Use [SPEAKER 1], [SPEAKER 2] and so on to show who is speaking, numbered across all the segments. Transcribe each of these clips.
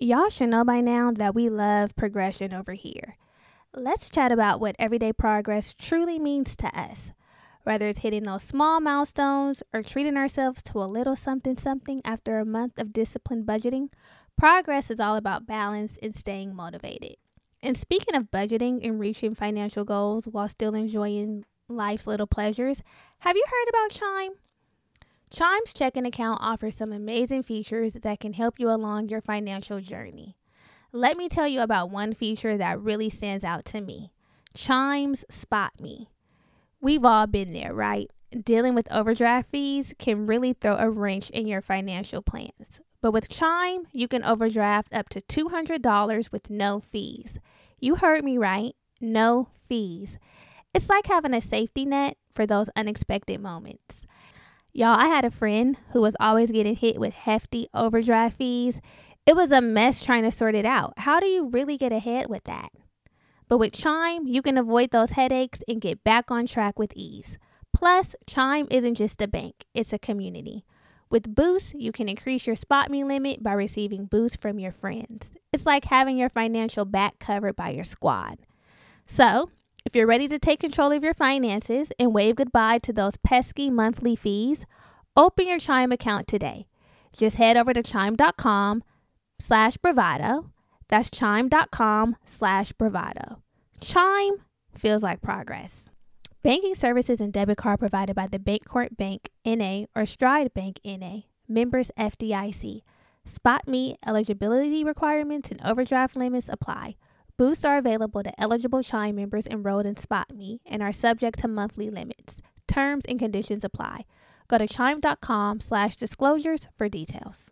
[SPEAKER 1] Y'all should know by now that we love progression over here. Let's chat about what everyday progress truly means to us. Whether it's hitting those small milestones or treating ourselves to a little something something after a month of disciplined budgeting, progress is all about balance and staying motivated. And speaking of budgeting and reaching financial goals while still enjoying life's little pleasures, have you heard about Chime? Chime's checking account offers some amazing features that can help you along your financial journey. Let me tell you about one feature that really stands out to me Chime's Spot Me. We've all been there, right? Dealing with overdraft fees can really throw a wrench in your financial plans. But with Chime, you can overdraft up to $200 with no fees. You heard me right. No fees. It's like having a safety net for those unexpected moments. Y'all, I had a friend who was always getting hit with hefty overdraft fees. It was a mess trying to sort it out. How do you really get ahead with that? But with Chime, you can avoid those headaches and get back on track with ease. Plus, Chime isn't just a bank, it's a community. With Boost, you can increase your spot me limit by receiving boosts from your friends. It's like having your financial back covered by your squad. So, if you're ready to take control of your finances and wave goodbye to those pesky monthly fees, open your Chime account today. Just head over to chime.com slash bravado. That's chime.com slash bravado. Chime feels like progress. Banking services and debit card provided by the Bancorp Bank NA or Stride Bank NA, members FDIC. Spot me eligibility requirements and overdraft limits apply. Boosts are available to eligible Chime members enrolled in SpotMe and are subject to monthly limits. Terms and conditions apply. Go to chime.com slash disclosures for details.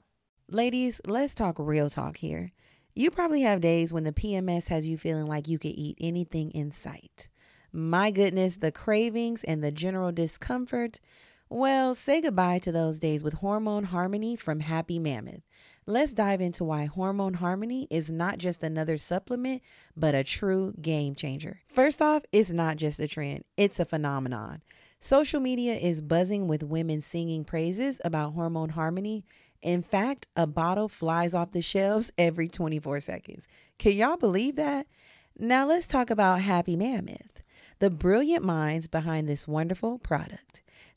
[SPEAKER 2] Ladies, let's talk real talk here. You probably have days when the PMS has you feeling like you could eat anything in sight. My goodness, the cravings and the general discomfort. Well, say goodbye to those days with Hormone Harmony from Happy Mammoth. Let's dive into why Hormone Harmony is not just another supplement, but a true game changer. First off, it's not just a trend, it's a phenomenon. Social media is buzzing with women singing praises about Hormone Harmony. In fact, a bottle flies off the shelves every 24 seconds. Can y'all believe that? Now, let's talk about Happy Mammoth, the brilliant minds behind this wonderful product.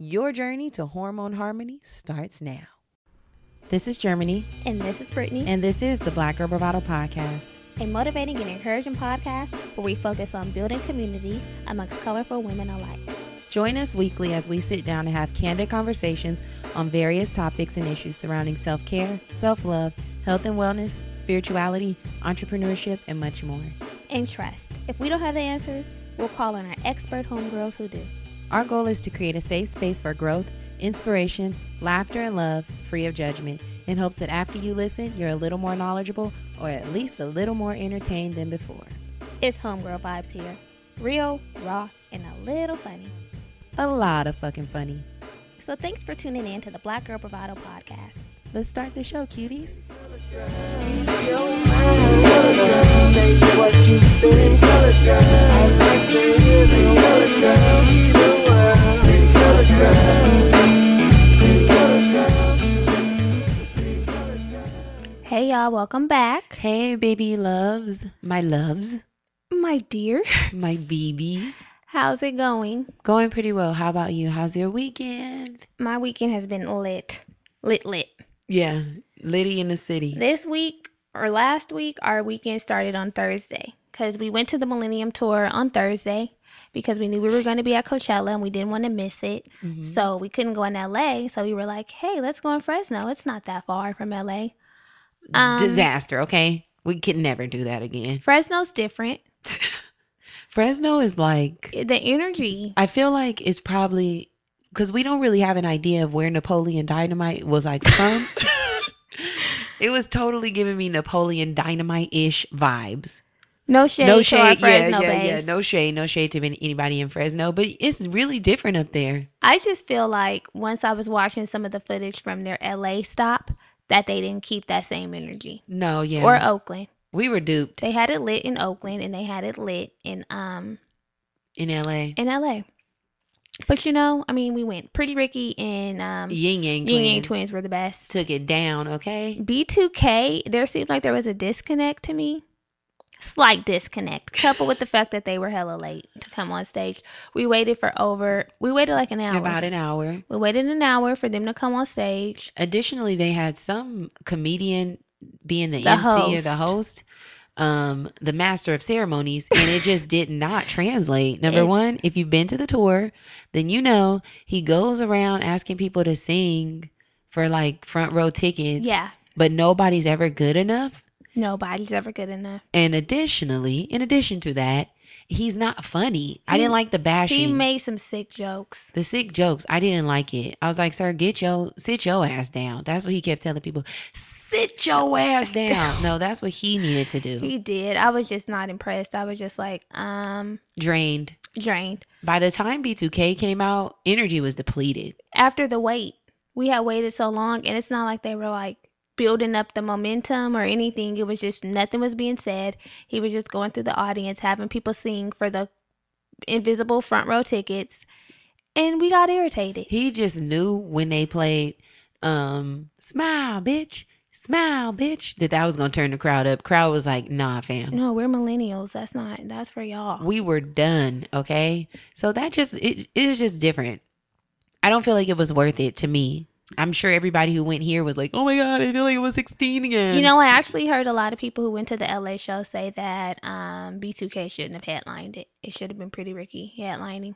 [SPEAKER 2] Your journey to hormone harmony starts now. This is Germany,
[SPEAKER 1] And this is Brittany.
[SPEAKER 2] and this is the Black Girl Bravado Podcast.
[SPEAKER 1] a motivating and encouraging podcast where we focus on building community amongst colorful women alike.
[SPEAKER 2] Join us weekly as we sit down and have candid conversations on various topics and issues surrounding self care, self love, health and wellness, spirituality, entrepreneurship, and much more.
[SPEAKER 1] And trust, if we don't have the answers, we'll call on our expert homegirls who do.
[SPEAKER 2] Our goal is to create a safe space for growth, inspiration, laughter, and love, free of judgment, in hopes that after you listen, you're a little more knowledgeable or at least a little more entertained than before.
[SPEAKER 1] It's homegirl vibes here. Real, raw, and a little funny.
[SPEAKER 2] A lot of fucking funny.
[SPEAKER 1] So thanks for tuning in to the Black Girl Bravado podcast.
[SPEAKER 2] Let's start the show, cuties.
[SPEAKER 3] Say what you think. I'd like to hear the color girl. Be the world.
[SPEAKER 1] y'all. Welcome back.
[SPEAKER 2] Hey, baby loves, my loves,
[SPEAKER 1] My dear,
[SPEAKER 2] my babies.
[SPEAKER 1] how's it going?
[SPEAKER 2] Going pretty well. How about you? How's your weekend?
[SPEAKER 1] My weekend has been lit. Lit, lit.
[SPEAKER 2] Yeah, Liddy in the city.
[SPEAKER 1] This week or last week, our weekend started on Thursday because we went to the Millennium Tour on Thursday because we knew we were going to be at Coachella and we didn't want to miss it.
[SPEAKER 2] Mm-hmm.
[SPEAKER 1] So we couldn't go in LA. So we were like, hey, let's go in Fresno. It's not that far from LA. Um,
[SPEAKER 2] Disaster, okay? We can never do that again.
[SPEAKER 1] Fresno's different.
[SPEAKER 2] Fresno is like,
[SPEAKER 1] The energy.
[SPEAKER 2] I feel like it's probably because we don't really have an idea of where Napoleon Dynamite was like from. it was totally giving me Napoleon Dynamite ish vibes.
[SPEAKER 1] No shade.
[SPEAKER 2] no
[SPEAKER 1] to our
[SPEAKER 2] shade, yeah,
[SPEAKER 1] Fresno
[SPEAKER 2] yeah, yeah.
[SPEAKER 1] babes.
[SPEAKER 2] No shade, no shade to any- anybody in Fresno, but it's really different up there.
[SPEAKER 1] I just feel like once I was watching some of the footage from their LA stop, that they didn't keep that same energy.
[SPEAKER 2] No, yeah,
[SPEAKER 1] Or uh, Oakland.
[SPEAKER 2] we were duped
[SPEAKER 1] They had it lit in Oakland and they had it lit in um
[SPEAKER 2] in L.A.
[SPEAKER 1] in LA. But you know, I mean, we went Pretty Ricky and um
[SPEAKER 2] Yin Yang
[SPEAKER 1] Yin Yang
[SPEAKER 2] Twins
[SPEAKER 1] Twins were the best.
[SPEAKER 2] took it down. Okay,
[SPEAKER 1] B2K, there seemed like there was a disconnect to me. Slight disconnect, coupled with the fact that they were hella late to come on stage. We waited for over, we waited like an hour.
[SPEAKER 2] about an hour.
[SPEAKER 1] We waited an hour for them to come on stage.
[SPEAKER 2] Additionally, they had some comedian being the,
[SPEAKER 1] The
[SPEAKER 2] MC or the
[SPEAKER 1] host.
[SPEAKER 2] host, um, the master of ceremonies, and it just did not translate. Number
[SPEAKER 1] It-
[SPEAKER 2] one, if you've been to the tour, then you know he goes around asking people to sing for like front row tickets.
[SPEAKER 1] Yeah,
[SPEAKER 2] But nobody's ever good enough.
[SPEAKER 1] nobody's ever good enough.
[SPEAKER 2] And additionally, in addition to that, he's not funny.
[SPEAKER 1] Mm.
[SPEAKER 2] I
[SPEAKER 1] He-
[SPEAKER 2] didn't like the bashing.
[SPEAKER 1] He made some sick jokes.
[SPEAKER 2] The sick jokes, I didn't like it. I was like, sir, get your sit your ass down. That's what he kept telling people. Sit your ass down. No, that's what he needed to do.
[SPEAKER 1] He did. I was just not impressed. I was just like, um,
[SPEAKER 2] Drained.
[SPEAKER 1] drained.
[SPEAKER 2] By the time B2K came out, energy was depleted.
[SPEAKER 1] After the wait, we had waited so long, and it's not like they were like building up the momentum or anything. It was just nothing was being said. He was just going through the audience, having people sing for the invisible front row tickets, and we got irritated.
[SPEAKER 2] He just knew when they played um smile, bitch, smile, bitch, that that was gonna turn the crowd up. Crowd was like, nah, fam.
[SPEAKER 1] no, we're millennials. That's not. That's for y'all.
[SPEAKER 2] we were done okay so that just it, it was just different i don't feel like it was worth it to me i'm sure everybody who went here was like oh my god i feel like it was 16 again
[SPEAKER 1] You know, I actually heard a lot of people who went to the LA show say that um, B2K shouldn't have headlined it. It should have been Pretty Ricky headlining.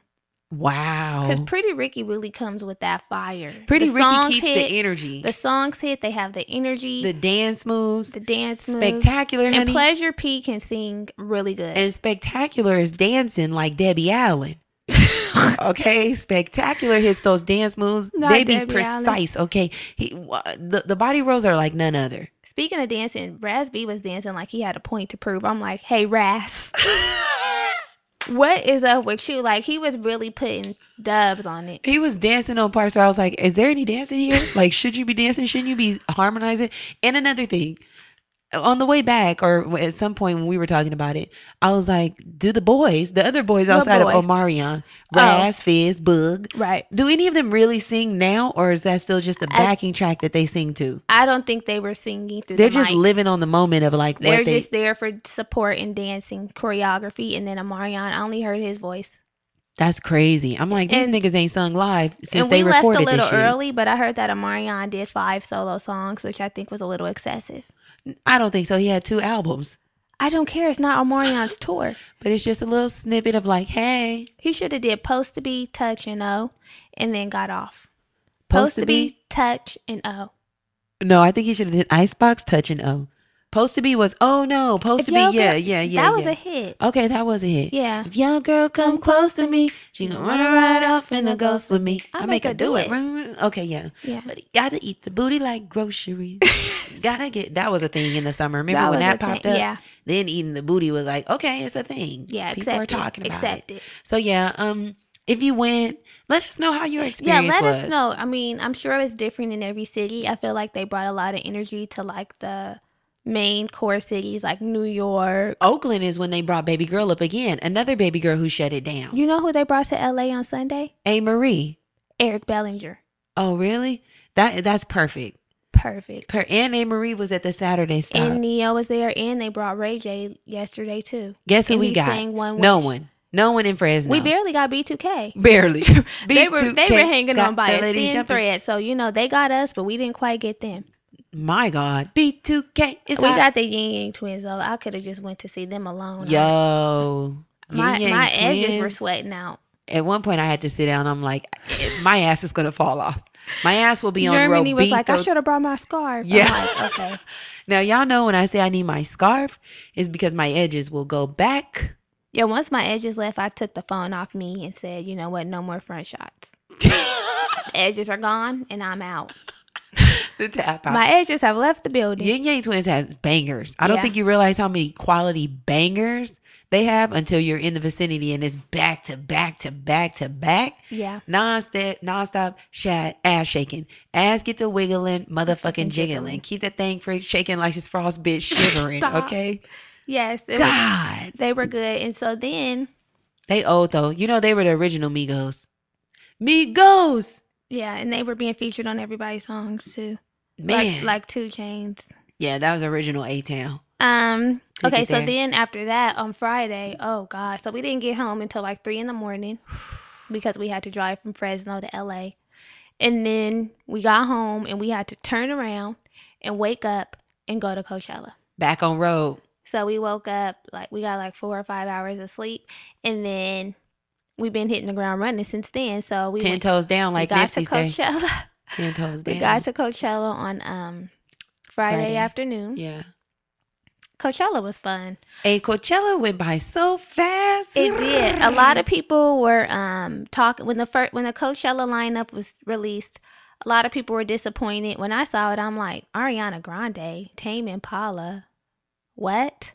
[SPEAKER 2] wow
[SPEAKER 1] Because Pretty Ricky really comes with that fire.
[SPEAKER 2] Oh. pretty
[SPEAKER 1] The
[SPEAKER 2] ricky
[SPEAKER 1] songs
[SPEAKER 2] keeps
[SPEAKER 1] hit,
[SPEAKER 2] the energy
[SPEAKER 1] The songs hit, they have the energy,
[SPEAKER 2] the
[SPEAKER 1] the,
[SPEAKER 2] dance moves
[SPEAKER 1] dance moves.
[SPEAKER 2] spectacular
[SPEAKER 1] And
[SPEAKER 2] honey
[SPEAKER 1] Pleasure P can sing really good.
[SPEAKER 2] and spectacular is dancing like debbie allen okay spectacular hits those dance moves
[SPEAKER 1] Not
[SPEAKER 2] they be
[SPEAKER 1] Debbie Allen.
[SPEAKER 2] precise okay he wh- the, the body rolls are like none other
[SPEAKER 1] Speaking of dancing, Raz B was dancing like he had a point to prove. I'm like, hey, Raz, what is up with you? Like, he was really putting dubs on it.
[SPEAKER 2] he was dancing on parts where I was like, "Is there any dancing here? Like, should you be dancing? Shouldn't you be harmonizing?" And another thing, on the way back or at some point when we were talking about it, I was like, "Do the boys, the other boys
[SPEAKER 1] What
[SPEAKER 2] outside
[SPEAKER 1] boys? Oh.
[SPEAKER 2] of Omarion, Raz, Fizz, Bug,
[SPEAKER 1] Right.
[SPEAKER 2] do any of them really sing now, or is that still just the
[SPEAKER 1] I-
[SPEAKER 2] backing track that they sing to?
[SPEAKER 1] I don't think they were singing through
[SPEAKER 2] They're
[SPEAKER 1] the
[SPEAKER 2] just
[SPEAKER 1] mic.
[SPEAKER 2] living on the moment of like
[SPEAKER 1] They're
[SPEAKER 2] what they
[SPEAKER 1] just there for support and dancing, choreography, and then Amarion. I only heard his voice.
[SPEAKER 2] That's crazy. I'm like, these
[SPEAKER 1] And-
[SPEAKER 2] niggas ain't sung live since
[SPEAKER 1] and
[SPEAKER 2] they
[SPEAKER 1] we left a
[SPEAKER 2] recorded
[SPEAKER 1] little
[SPEAKER 2] this shit.
[SPEAKER 1] early, but I heard that Amarion did five solo songs, which I think was a little excessive.
[SPEAKER 2] I don't think so. He had two albums,
[SPEAKER 1] I don't care. It's not Amarion's tour.
[SPEAKER 2] but it's just a little snippet of like, hey.
[SPEAKER 1] He should have did Post to Be, Touch, and O, and then got off.
[SPEAKER 2] Post to be?
[SPEAKER 1] Touch, and O.
[SPEAKER 2] No, I think he should have did Icebox Touch and O. Post to be was oh no, post to be
[SPEAKER 1] If
[SPEAKER 2] yeah,
[SPEAKER 1] your girl-
[SPEAKER 2] yeah, yeah.
[SPEAKER 1] That was
[SPEAKER 2] yeah. Uh,
[SPEAKER 1] a hit.
[SPEAKER 2] okay. That was a hit.
[SPEAKER 1] Yeah.
[SPEAKER 2] If young girl come close to me, she gonna run right off in the ghost with me.
[SPEAKER 1] I
[SPEAKER 2] I
[SPEAKER 1] make
[SPEAKER 2] make
[SPEAKER 1] her
[SPEAKER 2] her
[SPEAKER 1] do
[SPEAKER 2] do it.
[SPEAKER 1] it.
[SPEAKER 2] Run, run. Okay, yeah.
[SPEAKER 1] Yeah.
[SPEAKER 2] But you gotta eat the booty like groceries. gotta get that was a thing in the summer. Remember when
[SPEAKER 1] was
[SPEAKER 2] that
[SPEAKER 1] a thing.
[SPEAKER 2] popped up?
[SPEAKER 1] Yeah.
[SPEAKER 2] Then eating the booty was like okay, it's a thing.
[SPEAKER 1] Yeah.
[SPEAKER 2] People
[SPEAKER 1] accept
[SPEAKER 2] are talking
[SPEAKER 1] it.
[SPEAKER 2] about
[SPEAKER 1] accept
[SPEAKER 2] it.
[SPEAKER 1] it.
[SPEAKER 2] So yeah, um, if you went, let us know how your
[SPEAKER 1] Yeah,
[SPEAKER 2] experience
[SPEAKER 1] let
[SPEAKER 2] was.
[SPEAKER 1] us know. I mean, I'm sure it's different in every city. I feel like they brought a lot of energy to like the main core cities like New York.
[SPEAKER 2] Oakland is when they brought baby girl up again. Another baby girl who shut it down.
[SPEAKER 1] You know who they brought to LA on Sunday?
[SPEAKER 2] A Marie.
[SPEAKER 1] Eric Bellinger.
[SPEAKER 2] Oh, really? That that's perfect.
[SPEAKER 1] perfect.
[SPEAKER 2] Her and Anne Marie was at the Saturday stop.
[SPEAKER 1] And Neo was there, and they brought Ray J yesterday too.
[SPEAKER 2] Guess who
[SPEAKER 1] and
[SPEAKER 2] we
[SPEAKER 1] he
[SPEAKER 2] got?
[SPEAKER 1] sang One
[SPEAKER 2] no
[SPEAKER 1] Wish.
[SPEAKER 2] one. No one in Fresno.
[SPEAKER 1] We barely got B2K.
[SPEAKER 2] barely.
[SPEAKER 1] They were they were
[SPEAKER 2] B2K
[SPEAKER 1] hanging
[SPEAKER 2] got
[SPEAKER 1] on by a
[SPEAKER 2] the ladies
[SPEAKER 1] thin
[SPEAKER 2] jumping.
[SPEAKER 1] thread, so you know they got us, but we didn't quite get them.
[SPEAKER 2] My God, B2K. It's
[SPEAKER 1] we
[SPEAKER 2] hot.
[SPEAKER 1] got the Yin Yang Twins, though. I could have just went to see them alone.
[SPEAKER 2] yo.
[SPEAKER 1] my
[SPEAKER 2] Yin Yang
[SPEAKER 1] my edges were
[SPEAKER 2] Twins.
[SPEAKER 1] sweating out.
[SPEAKER 2] At one point, I had to sit down. I'm like, my ass is gonna fall off. My ass will be on
[SPEAKER 1] Germany was like, I
[SPEAKER 2] Robito
[SPEAKER 1] should have brought my scarf.
[SPEAKER 2] Yeah.
[SPEAKER 1] I'm like, okay.
[SPEAKER 2] Now y'all know when I say I need my scarf, it's because my edges will go back.
[SPEAKER 1] Yeah, once my edges left, I took the phone off me and said, you know what, no more front shots. Edges are gone and I'm out.
[SPEAKER 2] the tap out.
[SPEAKER 1] My edges have left the building.
[SPEAKER 2] Yin Yang Twins has bangers. I don't
[SPEAKER 1] Yeah.
[SPEAKER 2] think you realize how many quality bangers they have until you're in the vicinity and it's back to back to back to back.
[SPEAKER 1] Yeah.
[SPEAKER 2] Nonstop, nonstop, shat, ass shaking. Ass get to wiggling, motherfucking jiggling. Keep that thing freak shaking like she's frost bitch shivering,
[SPEAKER 1] Stop.
[SPEAKER 2] okay?
[SPEAKER 1] Yes. They were,
[SPEAKER 2] God.
[SPEAKER 1] they were good. And so then,
[SPEAKER 2] They old though. You know they were the original Migos. Migos!
[SPEAKER 1] yeah, and they were being featured on everybody's songs too.
[SPEAKER 2] Man.
[SPEAKER 1] Like, like Two Chains.
[SPEAKER 2] Yeah, that was original A Town.
[SPEAKER 1] Um.
[SPEAKER 2] Take
[SPEAKER 1] okay,
[SPEAKER 2] it
[SPEAKER 1] so
[SPEAKER 2] there.
[SPEAKER 1] then after that on Friday, oh god, so we didn't get home until like three in the morning because we had to drive from Fresno to L.A. And then we got home and we had to turn around and wake up and go to Coachella.
[SPEAKER 2] Back on road.
[SPEAKER 1] So we woke up like we got like four or five hours of sleep, and then we've been hitting the ground running since then. So we
[SPEAKER 2] Ten
[SPEAKER 1] went-
[SPEAKER 2] toes down
[SPEAKER 1] we
[SPEAKER 2] like
[SPEAKER 1] got to
[SPEAKER 2] Nipsey say.
[SPEAKER 1] Coachella.
[SPEAKER 2] Ten toes down.
[SPEAKER 1] we got to Coachella on um Friday,
[SPEAKER 2] Friday.
[SPEAKER 1] afternoon.
[SPEAKER 2] yeah.
[SPEAKER 1] Coachella was fun.
[SPEAKER 2] And Coachella went by so fast.
[SPEAKER 1] It did. A lot of people were um talking when the first when the Coachella lineup was released. A lot of people were disappointed. When I saw it, I'm like Ariana Grande, Tame Impala, what?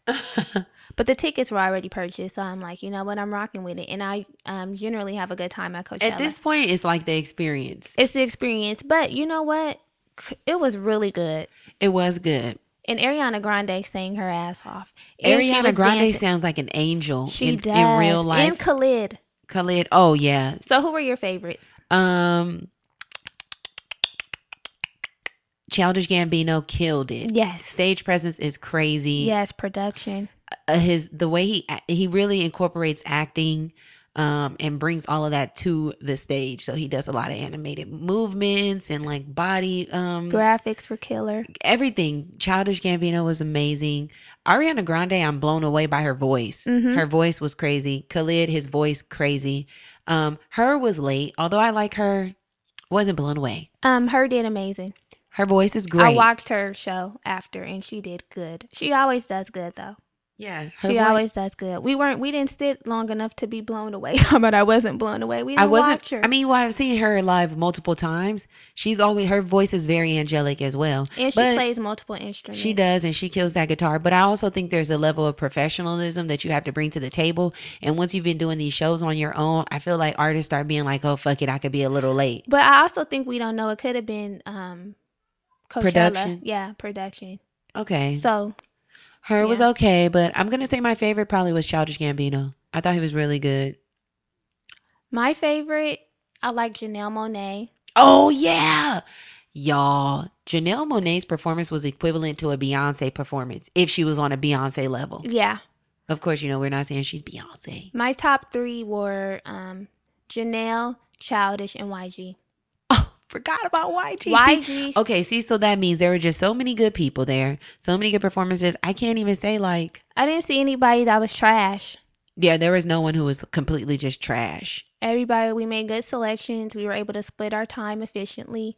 [SPEAKER 1] but the tickets were already purchased, so I'm like, you know what? I'm rocking with it, and I um generally have a good time at Coachella.
[SPEAKER 2] At this point, it's like the experience.
[SPEAKER 1] it's the experience, but you know what? C- It was really good,
[SPEAKER 2] It was good.
[SPEAKER 1] and Ariana Grande sang her ass off. And she
[SPEAKER 2] Ariana
[SPEAKER 1] was
[SPEAKER 2] Grande
[SPEAKER 1] dancing.
[SPEAKER 2] sounds like an angel
[SPEAKER 1] she
[SPEAKER 2] in,
[SPEAKER 1] does
[SPEAKER 2] in real life.
[SPEAKER 1] and Khalid.
[SPEAKER 2] Khalid. Oh yeah.
[SPEAKER 1] So, who were your favorites?
[SPEAKER 2] Um Childish Gambino killed it.
[SPEAKER 1] Yes.
[SPEAKER 2] Stage presence is crazy.
[SPEAKER 1] Yes, production.
[SPEAKER 2] uh, his the way he a- he really incorporates acting um and brings all of that to the stage so he does a lot of animated movements and like body um
[SPEAKER 1] Graphics were killer.
[SPEAKER 2] everything childish gambino was amazing ariana grande i'm blown away by her voice
[SPEAKER 1] Mhm.
[SPEAKER 2] her voice was crazy khalid his voice crazy um her was late although i like her wasn't blown away
[SPEAKER 1] Um, her did amazing.
[SPEAKER 2] her voice is
[SPEAKER 1] I
[SPEAKER 2] great
[SPEAKER 1] watched her show after, and she did good. She always does good though.
[SPEAKER 2] yeah her
[SPEAKER 1] she
[SPEAKER 2] voi-
[SPEAKER 1] always does good. We weren't. We didn't sit long enough to be blown away. Talking about I wasn't blown away. We didn't
[SPEAKER 2] I wasn't.
[SPEAKER 1] watch her.
[SPEAKER 2] I mean, well, I've seen her live multiple times. She's always her voice is very angelic as well.
[SPEAKER 1] and she
[SPEAKER 2] but
[SPEAKER 1] plays multiple instruments.
[SPEAKER 2] She does, and she kills that guitar. But I also think there's a level of professionalism that you have to bring to the table. And once you've been doing these shows on your own, I feel like artists start being like, "Oh fuck it, I could be a little late."
[SPEAKER 1] But I also think we don't know. It could have been um, Coachella.
[SPEAKER 2] Production.
[SPEAKER 1] Yeah, production.
[SPEAKER 2] Okay,
[SPEAKER 1] So
[SPEAKER 2] her was
[SPEAKER 1] yeah.
[SPEAKER 2] okay, but I'm gonna say my favorite probably was Childish Gambino. I thought he was really good.
[SPEAKER 1] my favorite, I like Janelle Monet.
[SPEAKER 2] Oh yeah. Y'all, Janelle Monet's performance was equivalent to a Beyonce performance if she was on a Beyonce level.
[SPEAKER 1] Yeah,
[SPEAKER 2] Of course, you know, we're not saying she's Beyonce.
[SPEAKER 1] my top three were um, Janelle, Childish, and YG.
[SPEAKER 2] Oh, forgot about YG. See-
[SPEAKER 1] YG.
[SPEAKER 2] okay, see, so that means there were just so many good people there, so many good performances. I can't even say, like,
[SPEAKER 1] I didn't see anybody that was trash.
[SPEAKER 2] yeah, there was no one who was completely just trash.
[SPEAKER 1] Everybody, we made good selections. We were able to split our time efficiently.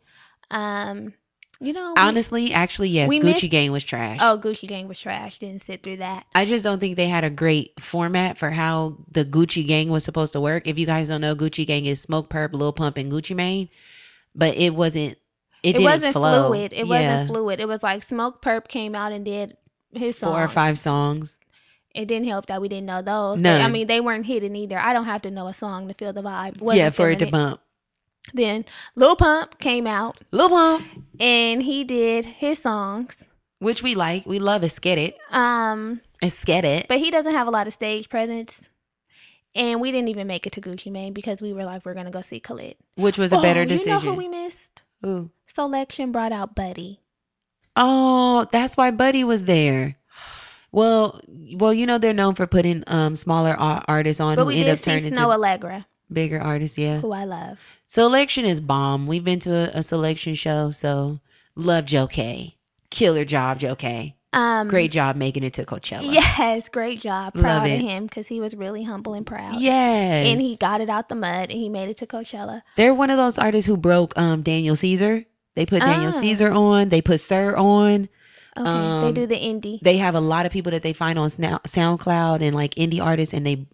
[SPEAKER 1] Um, you know, we-
[SPEAKER 2] Honestly, actually, yes,
[SPEAKER 1] we
[SPEAKER 2] Gucci
[SPEAKER 1] missed-
[SPEAKER 2] Gang was trash.
[SPEAKER 1] oh, Gucci Gang was trash. Didn't sit through that.
[SPEAKER 2] I just don't think they had a great format for how the Gucci Gang was supposed to work. If you guys don't know, Gucci Gang is Smoke Perp, Lil Pump, and Gucci Mane, but it wasn't. It,
[SPEAKER 1] It,
[SPEAKER 2] didn't
[SPEAKER 1] wasn't
[SPEAKER 2] flow.
[SPEAKER 1] fluid. It
[SPEAKER 2] Yeah,
[SPEAKER 1] wasn't fluid. It was like Smoke Perp came out and did his song.
[SPEAKER 2] four or five songs.
[SPEAKER 1] It didn't help that we didn't know those. But, I
[SPEAKER 2] None.
[SPEAKER 1] mean, they weren't hidden either. I don't have to know a song to feel the vibe. Wasn't
[SPEAKER 2] Yeah, for it to
[SPEAKER 1] feeling
[SPEAKER 2] bump.
[SPEAKER 1] Then Lil Pump came out
[SPEAKER 2] Lil Pump.
[SPEAKER 1] and he did his songs.
[SPEAKER 2] which we like. We love Esketit.
[SPEAKER 1] Um,
[SPEAKER 2] Esketit.
[SPEAKER 1] but he doesn't have a lot of stage presence. And we didn't even make it to Gucci Mane because we were like, we're gonna go see Khalid.
[SPEAKER 2] which was a better
[SPEAKER 1] Oh, You know who
[SPEAKER 2] decision.
[SPEAKER 1] we missed?
[SPEAKER 2] Who?
[SPEAKER 1] Selection brought out Buddy.
[SPEAKER 2] Oh, that's why Buddy was there. Well, well, you know they're known for putting um smaller a- artists on
[SPEAKER 1] But
[SPEAKER 2] who
[SPEAKER 1] we
[SPEAKER 2] end
[SPEAKER 1] did
[SPEAKER 2] up
[SPEAKER 1] see
[SPEAKER 2] turning into
[SPEAKER 1] Snow Allegra,
[SPEAKER 2] bigger artists. Yeah,
[SPEAKER 1] who I love.
[SPEAKER 2] selection is bomb. We've been to a, a selection show, so love Joe K. Killer job, Joe K.
[SPEAKER 1] Um,
[SPEAKER 2] Great job making it to Coachella.
[SPEAKER 1] Yes, great job.
[SPEAKER 2] Love
[SPEAKER 1] Proud
[SPEAKER 2] it.
[SPEAKER 1] of him because he was really humble and proud.
[SPEAKER 2] Yes.
[SPEAKER 1] And he got it out the mud and he made it to Coachella.
[SPEAKER 2] They're one of those artists who broke um Daniel Caesar. They put Daniel
[SPEAKER 1] Ah.
[SPEAKER 2] Caesar on. They put Sir on.
[SPEAKER 1] Okay,
[SPEAKER 2] Um,
[SPEAKER 1] they do the indie.
[SPEAKER 2] They have a lot of people that they find on Snow- SoundCloud and like indie artists, and they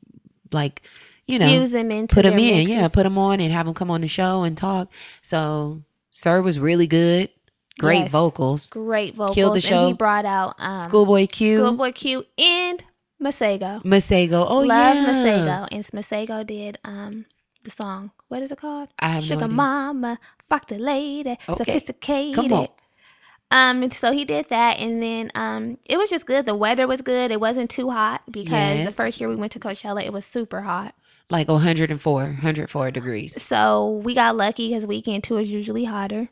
[SPEAKER 2] like you know
[SPEAKER 1] Fuse them into
[SPEAKER 2] put them
[SPEAKER 1] their
[SPEAKER 2] in.
[SPEAKER 1] mixes.
[SPEAKER 2] Yeah, put them on and have them come on the show and talk. So Sir was really good. Great
[SPEAKER 1] Yes.
[SPEAKER 2] vocals.
[SPEAKER 1] Great vocals.
[SPEAKER 2] the
[SPEAKER 1] And
[SPEAKER 2] show.
[SPEAKER 1] he brought out um,
[SPEAKER 2] Schoolboy Q.
[SPEAKER 1] Schoolboy Q and Masego.
[SPEAKER 2] Masego. Oh
[SPEAKER 1] Love
[SPEAKER 2] yeah.
[SPEAKER 1] Masego. And Masego did um the song. What is it called?
[SPEAKER 2] I have no
[SPEAKER 1] Sugar
[SPEAKER 2] idea.
[SPEAKER 1] Mama, fuck the lady,
[SPEAKER 2] Okay.
[SPEAKER 1] sophisticated.
[SPEAKER 2] Come on.
[SPEAKER 1] Um, and so he did that, and then um, it was just good. The weather was good. It wasn't too hot because the
[SPEAKER 2] Yes.
[SPEAKER 1] first year we went to Coachella, it was super hot.
[SPEAKER 2] Like 104, 104 degrees.
[SPEAKER 1] So we got lucky because weekend two is usually hotter.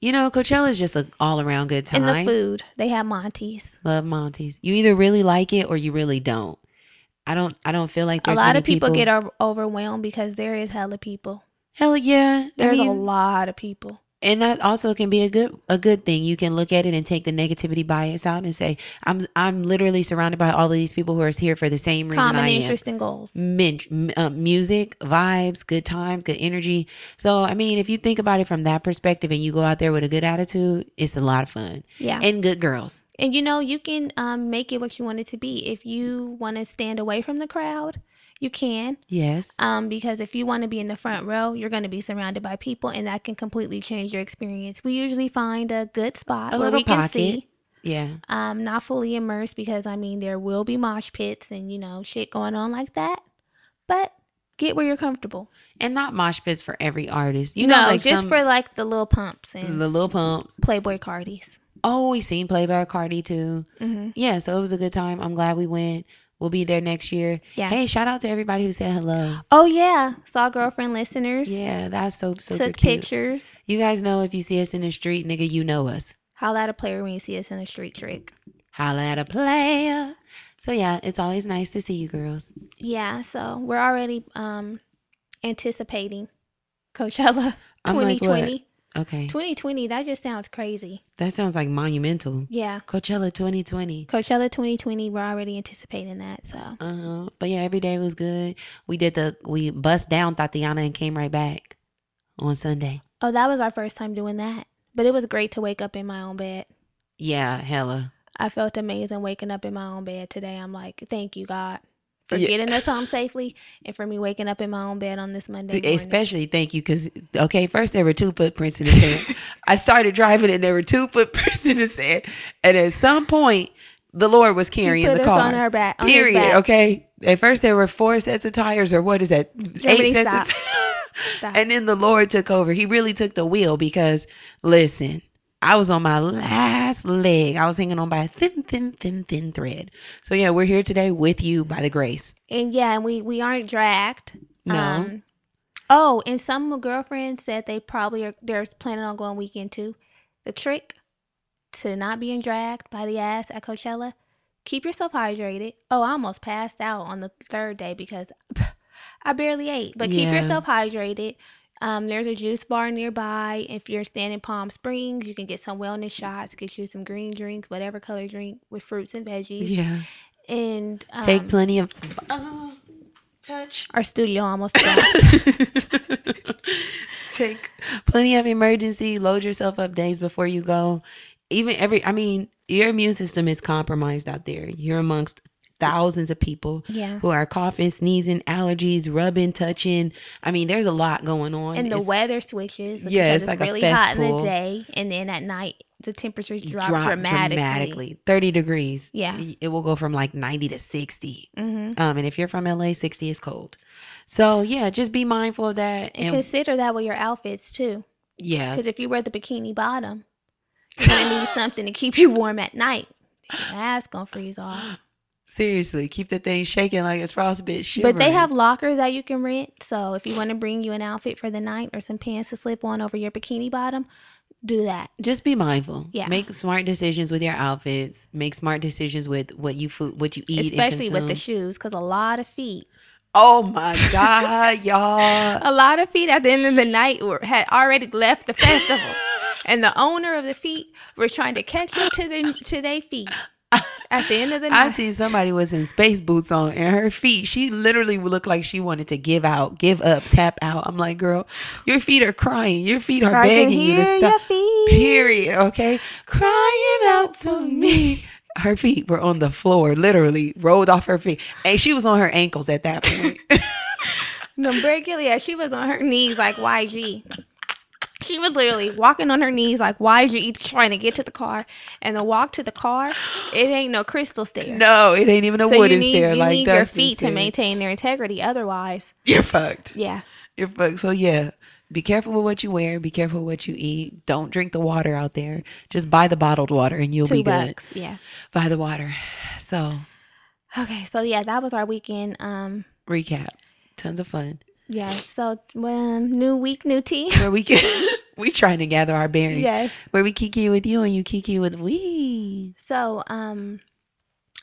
[SPEAKER 2] You know, Coachella is just an all around good time.
[SPEAKER 1] And the food, they had Monty's.
[SPEAKER 2] Love Monty's. You either really like it or you really don't. I don't. I don't feel like
[SPEAKER 1] A
[SPEAKER 2] there's
[SPEAKER 1] lot
[SPEAKER 2] many
[SPEAKER 1] of people, get o- overwhelmed because there is hella people.
[SPEAKER 2] Hell yeah.
[SPEAKER 1] There's
[SPEAKER 2] I mean,
[SPEAKER 1] a lot of people.
[SPEAKER 2] and that also can be a good a good thing. You can look at it and take the negativity bias out and say, I'm I'm literally surrounded by all of these people who are here for the same reason
[SPEAKER 1] Common
[SPEAKER 2] I am.
[SPEAKER 1] interest and goals.
[SPEAKER 2] Min- m- uh, music, vibes, good times, good energy. So I mean, if you think about it from that perspective and you go out there with a good attitude, it's a lot of fun
[SPEAKER 1] Yeah.
[SPEAKER 2] and good girls.
[SPEAKER 1] And you know, you can um, make it what you want it to be. If you want to stand away from the crowd, you can.
[SPEAKER 2] Yes.
[SPEAKER 1] Um, because if you want to be in the front row, you're going to be surrounded by people, and that can completely change your experience. We usually find a good spot
[SPEAKER 2] A
[SPEAKER 1] where
[SPEAKER 2] little
[SPEAKER 1] we can
[SPEAKER 2] pocket.
[SPEAKER 1] see,
[SPEAKER 2] Yeah.
[SPEAKER 1] um, not fully immersed, because I mean, there will be mosh pits and you know, shit going on like that. But get where you're comfortable.
[SPEAKER 2] And not mosh pits for every artist. You
[SPEAKER 1] no,
[SPEAKER 2] know, like
[SPEAKER 1] just
[SPEAKER 2] some,
[SPEAKER 1] for like the little pumps and
[SPEAKER 2] the Lil Pumps.
[SPEAKER 1] Playboy Cardies.
[SPEAKER 2] Oh, we seen Play by Cardi too.
[SPEAKER 1] hmm
[SPEAKER 2] Yeah, so it was a good time. I'm glad we went. We'll be there next year.
[SPEAKER 1] Yeah.
[SPEAKER 2] Hey, shout out to everybody who said hello.
[SPEAKER 1] Oh yeah, saw girlfriend listeners.
[SPEAKER 2] Yeah, that's so super
[SPEAKER 1] took
[SPEAKER 2] cute.
[SPEAKER 1] pictures.
[SPEAKER 2] You guys know if you see us in the street, nigga, you know us.
[SPEAKER 1] Holla at a player when you see us in the street trick.
[SPEAKER 2] Mm-hmm. Holla at a player. So yeah, it's always nice to see you girls.
[SPEAKER 1] Yeah, so we're already um anticipating Coachella
[SPEAKER 2] I'm like,
[SPEAKER 1] 2020.
[SPEAKER 2] Okay.
[SPEAKER 1] 2020, that just sounds crazy.
[SPEAKER 2] That sounds like monumental.
[SPEAKER 1] Yeah.
[SPEAKER 2] Coachella 2020.
[SPEAKER 1] Coachella 2020, we're already anticipating that. So,
[SPEAKER 2] Uh-huh. But yeah, every day was good. We did the we bust down Tatiana and came right back on Sunday.
[SPEAKER 1] oh, that was our first time doing that. But it was great to wake up in my own bed.
[SPEAKER 2] Yeah, hella.
[SPEAKER 1] I felt amazing waking up in my own bed today. I'm like, thank you, God, for
[SPEAKER 2] Yeah.
[SPEAKER 1] getting us home safely and for me waking up in my own bed on this Monday. Morning.
[SPEAKER 2] Especially thank you because okay, first there were two footprints in the sand. I started driving and there were two footprints in the sand, and at some point the Lord was
[SPEAKER 1] He
[SPEAKER 2] carrying
[SPEAKER 1] put
[SPEAKER 2] the
[SPEAKER 1] us
[SPEAKER 2] car.
[SPEAKER 1] on our back. on his
[SPEAKER 2] Period.
[SPEAKER 1] back.
[SPEAKER 2] Okay. At first there were four sets of tires, or what is that?
[SPEAKER 1] Germany,
[SPEAKER 2] Eight sets
[SPEAKER 1] stop.
[SPEAKER 2] of tires.
[SPEAKER 1] Stop.
[SPEAKER 2] And then the Lord took over. He really took the wheel because listen, I was on my last leg. I was hanging on by a thin, thin, thin, thin thread. So yeah, we're here today with you by the grace.
[SPEAKER 1] and yeah, and we we aren't dragged.
[SPEAKER 2] No.
[SPEAKER 1] Um, oh, and some girlfriends said they probably are. They're planning on going weekend too. The trick to not being dragged by the ass at Coachella: keep yourself hydrated. Oh, I almost passed out on the third day because I barely ate. But keep
[SPEAKER 2] Yeah.
[SPEAKER 1] yourself hydrated. Um, there's a juice bar nearby. If you're staying in Palm Springs, you can get some wellness shots. Get you some green drink, whatever color drink with fruits and veggies.
[SPEAKER 2] Yeah.
[SPEAKER 1] And um,
[SPEAKER 2] Take plenty of uh, touch.
[SPEAKER 1] our studio almost stopped.
[SPEAKER 2] Take plenty of emergency. Load yourself up days before you go. Even every, I mean, your immune system is compromised out there. You're amongst thousands of people
[SPEAKER 1] yeah.
[SPEAKER 2] who are coughing, sneezing, allergies, rubbing, touching. I mean, there's a lot going on.
[SPEAKER 1] And the
[SPEAKER 2] It's-
[SPEAKER 1] weather switches. because
[SPEAKER 2] Yeah, it's
[SPEAKER 1] it's
[SPEAKER 2] like a
[SPEAKER 1] really hot in the
[SPEAKER 2] festival.
[SPEAKER 1] day, and then at night the temperatures drop,
[SPEAKER 2] drop
[SPEAKER 1] dramatically.
[SPEAKER 2] dramatically 30 degrees
[SPEAKER 1] Yeah.
[SPEAKER 2] it will go from like 90 to 60
[SPEAKER 1] hmm
[SPEAKER 2] um and if you're from la 60 is cold so yeah just be mindful of that
[SPEAKER 1] And,
[SPEAKER 2] and
[SPEAKER 1] consider that with your outfits too,
[SPEAKER 2] yeah
[SPEAKER 1] because if you wear the bikini bottom, you're gonna need something to keep you warm at night. Your ass gonna freeze off.
[SPEAKER 2] Seriously, keep the thing shaking like it's frostbit. Shivering.
[SPEAKER 1] But they have lockers that you can rent. So if you want to bring you an outfit for the night or some pants to slip on over your bikini bottom, do that.
[SPEAKER 2] Just be mindful.
[SPEAKER 1] Yeah.
[SPEAKER 2] Make smart decisions with your outfits. Make smart decisions with what you food, what you eat,
[SPEAKER 1] Especially
[SPEAKER 2] and
[SPEAKER 1] with the
[SPEAKER 2] consume.
[SPEAKER 1] shoes, because a lot of feet,
[SPEAKER 2] oh my god, y'all!
[SPEAKER 1] a lot of feet at the end of the night were, had already left the festival, and the owner of the feet were trying to catch up to them to their feet at the end of the
[SPEAKER 2] I
[SPEAKER 1] night.
[SPEAKER 2] see somebody with some space boots on, and her feet. She literally looked like she wanted to give out, give up, tap out. I'm like, girl, your feet are crying. Your feet are
[SPEAKER 1] I can
[SPEAKER 2] begging you to
[SPEAKER 1] hear
[SPEAKER 2] stop.
[SPEAKER 1] your feet.
[SPEAKER 2] Period. Okay. Crying out to me. Her feet were on the floor, literally rolled off her feet. And she was on her ankles at that point.
[SPEAKER 1] No, Brad Gilead, she was on her knees like YG. She was literally walking on her knees like YG, trying to get to the car. And the walk to the car, it ain't no crystal stair.
[SPEAKER 2] no, it ain't even a
[SPEAKER 1] so you
[SPEAKER 2] wooden
[SPEAKER 1] need,
[SPEAKER 2] stair
[SPEAKER 1] you
[SPEAKER 2] like
[SPEAKER 1] need
[SPEAKER 2] Dustin
[SPEAKER 1] your feet to
[SPEAKER 2] said.
[SPEAKER 1] maintain their integrity. Otherwise,
[SPEAKER 2] You're fucked.
[SPEAKER 1] yeah,
[SPEAKER 2] You're fucked. So yeah. Be careful with what you wear. Be careful with what you eat. Don't drink the water out there. Just buy the bottled water and you'll
[SPEAKER 1] two
[SPEAKER 2] be good.
[SPEAKER 1] bucks. Yeah.
[SPEAKER 2] Buy the water. So
[SPEAKER 1] Okay, so yeah, that was our weekend. Um,
[SPEAKER 2] recap. Tons of fun.
[SPEAKER 1] yeah. So um, new week, new team.
[SPEAKER 2] Where we can we trying to gather our bearings.
[SPEAKER 1] yes.
[SPEAKER 2] Where we kiki with you and you kiki with we.
[SPEAKER 1] So, um,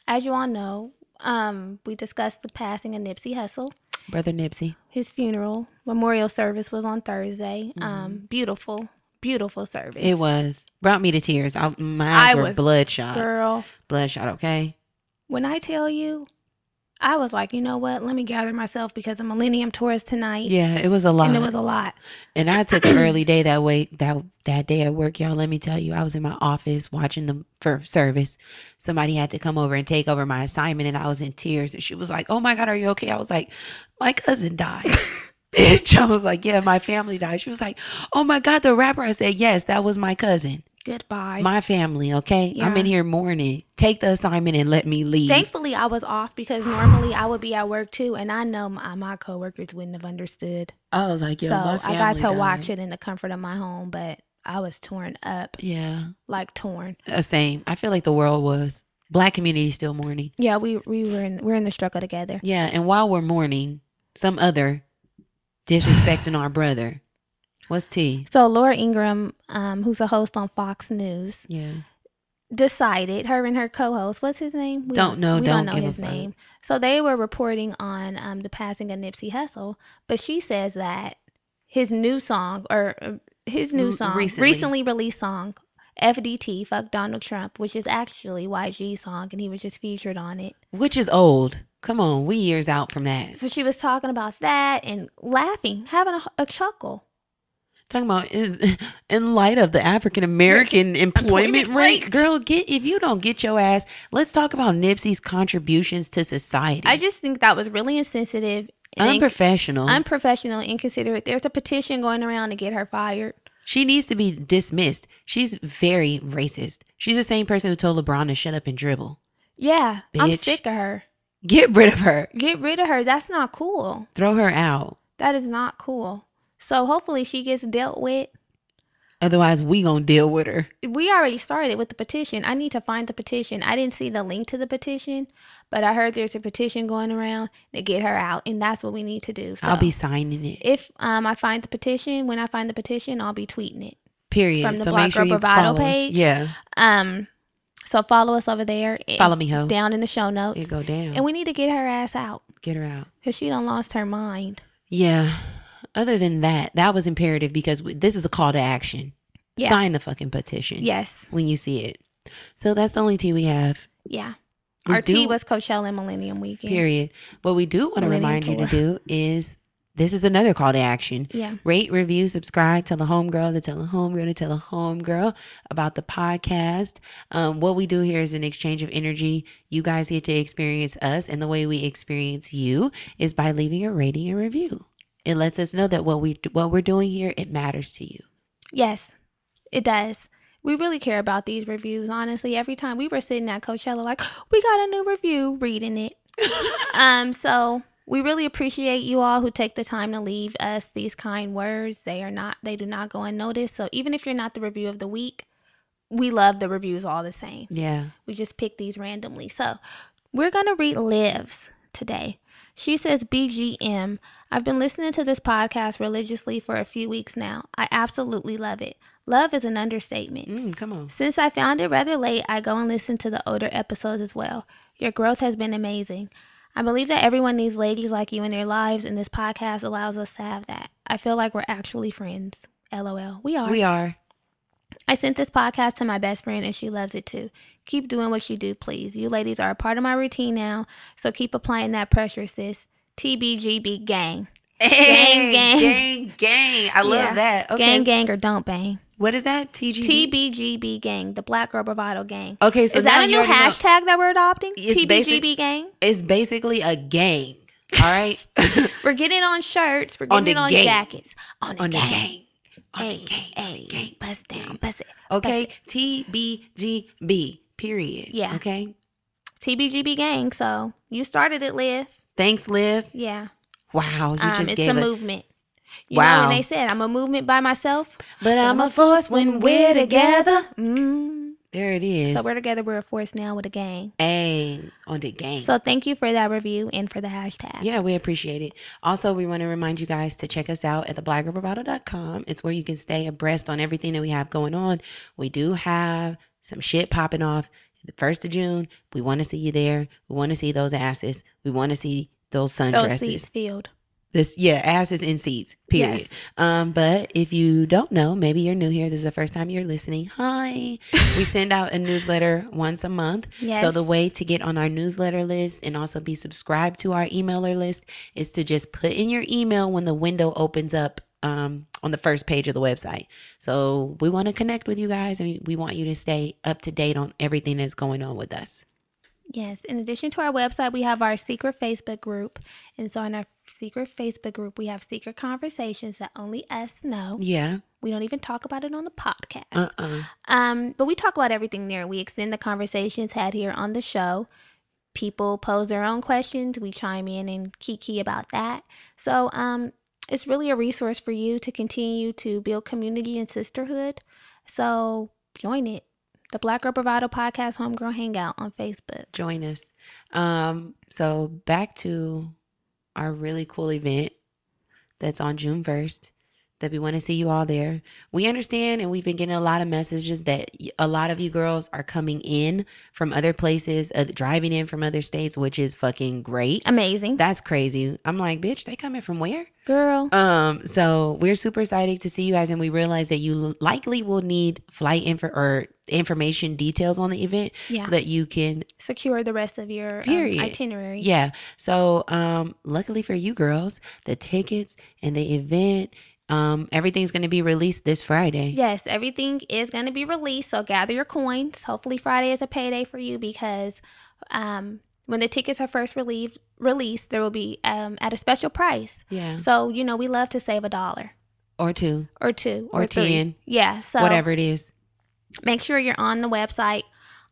[SPEAKER 1] as you all know, um, we discussed the passing of Nipsey Hussle.
[SPEAKER 2] Brother Nipsey.
[SPEAKER 1] his funeral memorial service was on Thursday. Um, beautiful, beautiful service.
[SPEAKER 2] Mm-hmm. It was. Brought me to tears. I, my eyes
[SPEAKER 1] I
[SPEAKER 2] were
[SPEAKER 1] was-
[SPEAKER 2] bloodshot.
[SPEAKER 1] girl.
[SPEAKER 2] Bloodshot, okay?
[SPEAKER 1] When I tell you, I was like, you know what? Let me gather myself because the Millennium Tour is tonight,
[SPEAKER 2] Yeah, it was a lot.
[SPEAKER 1] and it was a lot.
[SPEAKER 2] And I took an early day that way that that day at work, y'all. Let me tell you, I was in my office watching the for service. Somebody had to come over and take over my assignment, and I was in tears. And she was like, "Oh my god, are you okay?" I was like, "My cousin died." Bitch, I was like, yeah, my family died. She was like, oh my God, the rapper. I said, yes, that was my cousin,
[SPEAKER 1] Goodbye.
[SPEAKER 2] my family, okay? I'm
[SPEAKER 1] Yeah.
[SPEAKER 2] in here mourning. Take the assignment and let me leave.
[SPEAKER 1] Thankfully, I was off because normally I would be at work too, and I know my, my coworkers wouldn't have understood.
[SPEAKER 2] I was like, yo, my
[SPEAKER 1] so I got to
[SPEAKER 2] family
[SPEAKER 1] watch
[SPEAKER 2] died.
[SPEAKER 1] it in the comfort of my home, but I was torn up,
[SPEAKER 2] Yeah,
[SPEAKER 1] like torn.
[SPEAKER 2] uh, same. I feel like the world was. Black community is still mourning.
[SPEAKER 1] Yeah, we we were in we're in the struggle together.
[SPEAKER 2] Yeah, and while we're mourning, some other disrespecting our brother. What's T?
[SPEAKER 1] So Laura Ingram, um, who's a host on Fox News,
[SPEAKER 2] Yeah.
[SPEAKER 1] decided her and her co-host what's his name we
[SPEAKER 2] Don't know,
[SPEAKER 1] we don't,
[SPEAKER 2] don't
[SPEAKER 1] know
[SPEAKER 2] give a
[SPEAKER 1] his
[SPEAKER 2] fuck.
[SPEAKER 1] name so they were reporting on um, the passing of nipsey hussle but she says that his new song or uh, his new
[SPEAKER 2] Mm,
[SPEAKER 1] song
[SPEAKER 2] recently.
[SPEAKER 1] recently. released song fdt fuck donald trump which is actually yg's song and he was just featured on it
[SPEAKER 2] Which is old. Come on, we years out from that.
[SPEAKER 1] so she was talking about that and laughing having a, a chuckle
[SPEAKER 2] Talking about is in light of the African American employment,
[SPEAKER 1] Employment
[SPEAKER 2] rate,
[SPEAKER 1] rate.
[SPEAKER 2] girl. Get if you don't get your ass. Let's talk about Nipsey's contributions to society.
[SPEAKER 1] i just think that was really insensitive and
[SPEAKER 2] unprofessional.
[SPEAKER 1] unprofessional inconsiderate there's a petition going around to get her fired
[SPEAKER 2] She needs to be dismissed. She's very racist. She's the same person who told LeBron to shut up and dribble.
[SPEAKER 1] Yeah, I'm
[SPEAKER 2] Bitch.
[SPEAKER 1] sick of her.
[SPEAKER 2] Get rid of her.
[SPEAKER 1] Get rid of her. That's not cool.
[SPEAKER 2] Throw her out.
[SPEAKER 1] That is not cool. So hopefully she gets dealt with.
[SPEAKER 2] Otherwise, we gonna deal with her.
[SPEAKER 1] We already started with the petition. I need to find the petition. I didn't see the link to the petition, but I heard there's a petition going around to get her out, and that's what we need to do. So
[SPEAKER 2] I'll be signing it.
[SPEAKER 1] if um, I find the petition, when I find the petition, I'll be tweeting it.
[SPEAKER 2] Period.
[SPEAKER 1] from the
[SPEAKER 2] so
[SPEAKER 1] Black
[SPEAKER 2] make sure
[SPEAKER 1] Girl
[SPEAKER 2] you
[SPEAKER 1] Bravado
[SPEAKER 2] follow us.
[SPEAKER 1] page.
[SPEAKER 2] Yeah.
[SPEAKER 1] Um, so follow us over there. and
[SPEAKER 2] Follow me, ho.
[SPEAKER 1] down in the show notes,
[SPEAKER 2] It go down.
[SPEAKER 1] and we need to get her ass out
[SPEAKER 2] Get her out.
[SPEAKER 1] because she done lost her mind.
[SPEAKER 2] Yeah. Other than that, that was imperative because w- this is a call to action.
[SPEAKER 1] Yeah.
[SPEAKER 2] Sign the fucking petition.
[SPEAKER 1] Yes,
[SPEAKER 2] When you see it. So that's the only tea we have.
[SPEAKER 1] yeah.
[SPEAKER 2] We
[SPEAKER 1] RT
[SPEAKER 2] do-
[SPEAKER 1] was Coachella and Millennium Weekend.
[SPEAKER 2] Period. What we do want to
[SPEAKER 1] Millennium
[SPEAKER 2] remind you to
[SPEAKER 1] tour.
[SPEAKER 2] do is this is another call to action.
[SPEAKER 1] Yeah.
[SPEAKER 2] Rate, review, subscribe, tell a homegirl to tell a homegirl to tell a homegirl about the podcast. Um, what we do here is an exchange of energy. You guys get to experience us, and the way we experience you is by leaving a rating and review. It lets us know that what we what we're doing here it matters to you.
[SPEAKER 1] Yes, it does. We really care about these reviews, honestly. Every time we were sitting at Coachella, like, we got a new review, reading it. um, so we really appreciate you all who take the time to leave us these kind words. They are not they do not go unnoticed. So even if you're not the review of the week, we love the reviews all the same.
[SPEAKER 2] Yeah,
[SPEAKER 1] We just pick these randomly. So we're gonna read lives today. She says, BGM, I've been listening to this podcast religiously for a few weeks now. I absolutely love it. Love is an understatement.
[SPEAKER 2] Mm, come on.
[SPEAKER 1] Since I found it rather late, I go and listen to the older episodes as well. Your growth has been amazing. I believe that everyone needs ladies like you in their lives, and this podcast allows us to have that. I feel like we're actually friends. LOL. We are.
[SPEAKER 2] We are.
[SPEAKER 1] I sent this podcast to my best friend, and she loves it too. Keep doing what you do, please. You ladies are a part of my routine now, so keep applying that pressure, sis. TBGB gang. Gang, gang.
[SPEAKER 2] gang, gang. I love
[SPEAKER 1] Yeah.
[SPEAKER 2] that. Okay.
[SPEAKER 1] Gang, gang, or don't bang.
[SPEAKER 2] What is that? TGB?
[SPEAKER 1] TBGB gang, the Black Girl Bravado gang.
[SPEAKER 2] Okay, so
[SPEAKER 1] Is that
[SPEAKER 2] now
[SPEAKER 1] a
[SPEAKER 2] you
[SPEAKER 1] new
[SPEAKER 2] already know.
[SPEAKER 1] hashtag that we're adopting?
[SPEAKER 2] It's
[SPEAKER 1] TBGB
[SPEAKER 2] basic-
[SPEAKER 1] gang.
[SPEAKER 2] It's basically a gang. All right.
[SPEAKER 1] We're getting on shirts. We're
[SPEAKER 2] On
[SPEAKER 1] getting
[SPEAKER 2] the
[SPEAKER 1] on
[SPEAKER 2] gang.
[SPEAKER 1] jackets. On the
[SPEAKER 2] On the
[SPEAKER 1] gang.
[SPEAKER 2] gang. On the
[SPEAKER 1] Hey,
[SPEAKER 2] gang.
[SPEAKER 1] hey,
[SPEAKER 2] gang,
[SPEAKER 1] bust down, bust it.
[SPEAKER 2] Okay. TBGB. Period.
[SPEAKER 1] Yeah.
[SPEAKER 2] Okay.
[SPEAKER 1] TBGB gang. So you started it, Liv.
[SPEAKER 2] Thanks, Liv.
[SPEAKER 1] Yeah.
[SPEAKER 2] Wow. You
[SPEAKER 1] Um,
[SPEAKER 2] just
[SPEAKER 1] it's
[SPEAKER 2] gave
[SPEAKER 1] a
[SPEAKER 2] a
[SPEAKER 1] movement. You
[SPEAKER 2] Wow.
[SPEAKER 1] know when they said I'm a movement by myself.
[SPEAKER 2] But I'm a force when we're together.
[SPEAKER 1] Mm.
[SPEAKER 2] There it is.
[SPEAKER 1] So we're together. We're a force now with a gang.
[SPEAKER 2] Hey, on the gang.
[SPEAKER 1] So thank you for that review and for the hashtag.
[SPEAKER 2] yeah, we appreciate it. Also, we want to remind you guys to check us out at theblackgirlbravado.com. It's where you can stay abreast on everything that we have going on. We do have some shit popping off the 1st of June. We want to see you there. We want to see those asses. We want to see those
[SPEAKER 1] Those
[SPEAKER 2] sundresses.
[SPEAKER 1] seats filled.
[SPEAKER 2] This yeah, asses in seats. Period.
[SPEAKER 1] Yes.
[SPEAKER 2] Um, but if you don't know, maybe you're new here. This is the first time you're listening. Hi. we send out a newsletter once a month.
[SPEAKER 1] Yes.
[SPEAKER 2] So the way to get on our newsletter list and also be subscribed to our emailer list is to just put in your email when the window opens up um, on the first page of the website. So we want to connect with you guys and we want you to stay up to date on everything that's going on with us.
[SPEAKER 1] Yes. In addition to our website, we have our secret Facebook group. And so in our secret Facebook group, we have secret conversations that only us know.
[SPEAKER 2] Yeah.
[SPEAKER 1] We don't even talk about it on the podcast.
[SPEAKER 2] Uh uh
[SPEAKER 1] Um, but we talk about everything there. We extend the conversations had here on the show. People pose their own questions. We chime in and kiki about that. So um, it's really a resource for you to continue to build community and sisterhood. So join it. The Black Girl Bravado Podcast Homegirl Hangout on Facebook.
[SPEAKER 2] join us. Um, so back to our really cool event that's on June first. That we want to see you all there. We understand, and we've been getting a lot of messages that y- a lot of you girls are coming in from other places, uh, driving in from other states, which is fucking great.
[SPEAKER 1] Amazing.
[SPEAKER 2] That's crazy. I'm like, bitch, they coming from where?
[SPEAKER 1] Girl.
[SPEAKER 2] Um, so we're super excited to see you guys, and we realize that you l- likely will need flight info or information details on the event
[SPEAKER 1] yeah.
[SPEAKER 2] so that you can
[SPEAKER 1] Secure the rest of your um,
[SPEAKER 2] Period.
[SPEAKER 1] itinerary.
[SPEAKER 2] yeah. So, um, luckily for you girls, the tickets and the event, um, everything's going to be released this Friday.
[SPEAKER 1] Yes, everything is going to be released. So gather your coins. Hopefully, Friday is a payday for you because um, when the tickets are first relieved, released, there will be um, at a special price.
[SPEAKER 2] Yeah.
[SPEAKER 1] So, you know, we love to save a dollar
[SPEAKER 2] Or two,
[SPEAKER 1] or two
[SPEAKER 2] Or
[SPEAKER 1] or, three.
[SPEAKER 2] 10.
[SPEAKER 1] Yeah. So
[SPEAKER 2] whatever it is.
[SPEAKER 1] make sure you're on the website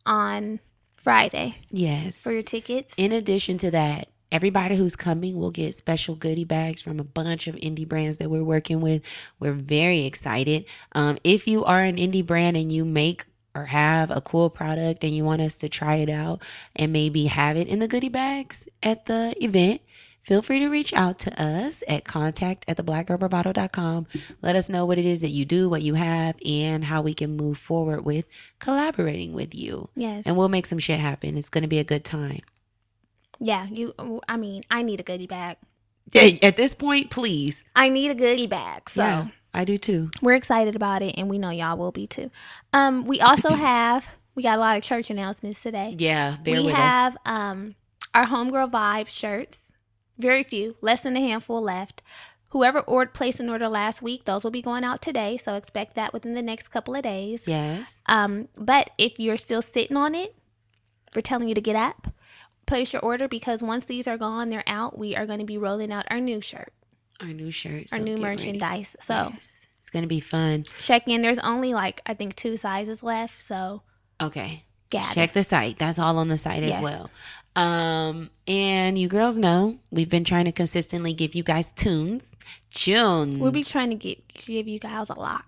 [SPEAKER 1] on Friday
[SPEAKER 2] Yes.
[SPEAKER 1] for your tickets.
[SPEAKER 2] In addition to that, everybody who's coming will get special goodie bags from a bunch of indie brands that we're working with. We're very excited. Um, if you are an indie brand and you make or have a cool product and you want us to try it out and maybe have it in the goodie bags at the event, feel free to reach out to us at contact at theblackgirlbravado.com. Let us know what it is that you do, what you have, and how we can move forward with collaborating with you.
[SPEAKER 1] yes.
[SPEAKER 2] And we'll make some shit happen. It's going to be a good time.
[SPEAKER 1] yeah. You, I mean, I need a goodie bag.
[SPEAKER 2] Yeah, at this point, please.
[SPEAKER 1] I need a goodie bag. So.
[SPEAKER 2] yeah, I do too.
[SPEAKER 1] we're excited about it and we know y'all will be too um we also have we got a lot of church announcements today
[SPEAKER 2] Yeah, bear
[SPEAKER 1] we
[SPEAKER 2] with us.
[SPEAKER 1] have um our homegirl vibe shirts very few less than a handful left whoever ordered placed an order last week those will be going out today so expect that within the next couple of days
[SPEAKER 2] Yes,
[SPEAKER 1] um but if you're still sitting on it we're telling you to get up place your order because once these are gone they're out we are going to be rolling out our new shirt
[SPEAKER 2] our new shirts,
[SPEAKER 1] our new merchandise so
[SPEAKER 2] it's gonna be fun.
[SPEAKER 1] check in. There's only like I think two sizes left, so
[SPEAKER 2] Okay,
[SPEAKER 1] gather.
[SPEAKER 2] check the site. That's all on the site as
[SPEAKER 1] Yes.
[SPEAKER 2] well. Um, and you girls know we've been trying to consistently give you guys tunes, tunes.
[SPEAKER 1] We'll be trying to get give you guys a lot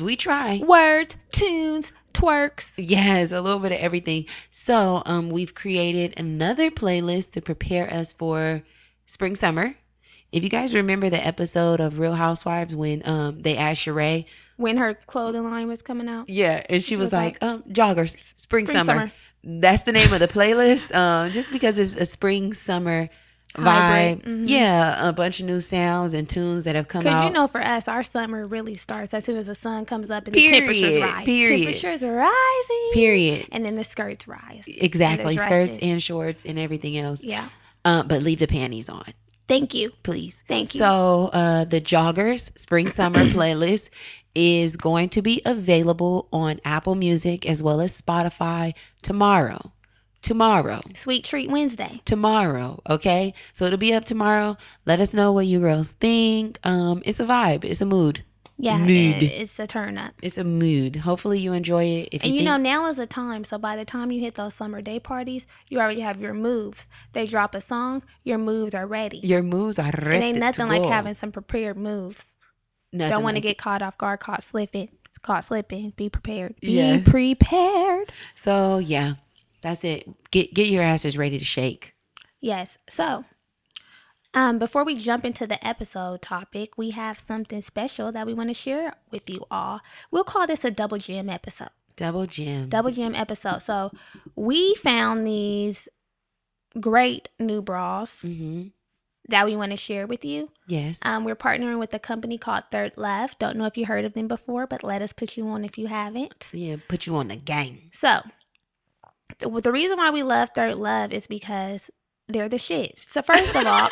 [SPEAKER 2] we try.
[SPEAKER 1] words, tunes, twerks.
[SPEAKER 2] Yes, a little bit of everything. So, um, we've created another playlist to prepare us for spring summer. If you guys remember the episode of Real Housewives when um they asked Sheree,
[SPEAKER 1] When her clothing line was coming out.
[SPEAKER 2] yeah, and she, was, like, um joggers,
[SPEAKER 1] Spring,
[SPEAKER 2] spring, summer.
[SPEAKER 1] summer.
[SPEAKER 2] That's the name of the playlist. Um, just because it's a spring summer vibe,
[SPEAKER 1] Hybrid,
[SPEAKER 2] mm-hmm.
[SPEAKER 1] mhm.
[SPEAKER 2] yeah, a bunch of new sounds and tunes that have come
[SPEAKER 1] Because
[SPEAKER 2] out.
[SPEAKER 1] you know, for us, our summer really starts as soon as the sun comes up and the temperatures
[SPEAKER 2] Period,
[SPEAKER 1] rise.
[SPEAKER 2] period.
[SPEAKER 1] Temperatures are rising.
[SPEAKER 2] period,
[SPEAKER 1] And then the skirts rise.
[SPEAKER 2] exactly, skirts
[SPEAKER 1] dresses.
[SPEAKER 2] and shorts and everything else.
[SPEAKER 1] Yeah.
[SPEAKER 2] Uh, but leave the panties on.
[SPEAKER 1] Thank you.
[SPEAKER 2] please.
[SPEAKER 1] Thank you.
[SPEAKER 2] So, uh, the Joggers Spring Summer playlist is going to be available on Apple Music as well as Spotify tomorrow. Tomorrow.
[SPEAKER 1] Sweet treat Wednesday.
[SPEAKER 2] Tomorrow. Okay. So it'll be up tomorrow. Let us know what you girls think. Um, it's a vibe. It's a mood.
[SPEAKER 1] Yeah.
[SPEAKER 2] Mood.
[SPEAKER 1] it- it's a turn up.
[SPEAKER 2] It's a mood. Hopefully you enjoy it. If you,
[SPEAKER 1] And you
[SPEAKER 2] think,
[SPEAKER 1] know, now is the time. So by the time you hit those summer day parties, you already have your moves. They drop a song, your moves are ready.
[SPEAKER 2] your moves are
[SPEAKER 1] it
[SPEAKER 2] ready.
[SPEAKER 1] ain't
[SPEAKER 2] to
[SPEAKER 1] nothing like
[SPEAKER 2] go.
[SPEAKER 1] having some prepared moves.
[SPEAKER 2] Nothing
[SPEAKER 1] Don't want to
[SPEAKER 2] like
[SPEAKER 1] get
[SPEAKER 2] it.
[SPEAKER 1] caught off guard, caught slipping, caught slipping. Be prepared. Be
[SPEAKER 2] Yeah.
[SPEAKER 1] prepared.
[SPEAKER 2] So yeah, that's it. Get get your asses ready to shake.
[SPEAKER 1] Yes. So, um, before we jump into the episode topic, we have something special that we want to share with you all. We'll call this a double gym episode.
[SPEAKER 2] Double gym.
[SPEAKER 1] Double gym episode. So, we found these great new bras
[SPEAKER 2] Mm-hmm.
[SPEAKER 1] that we want to share with you.
[SPEAKER 2] Yes.
[SPEAKER 1] Um, we're partnering with a company called Third Left. Don't know if you heard of them before, but let us put you on if you haven't.
[SPEAKER 2] Yeah, put you on the gang.
[SPEAKER 1] So, th- the reason why we love Third Love is because they're the shit. So, first of all,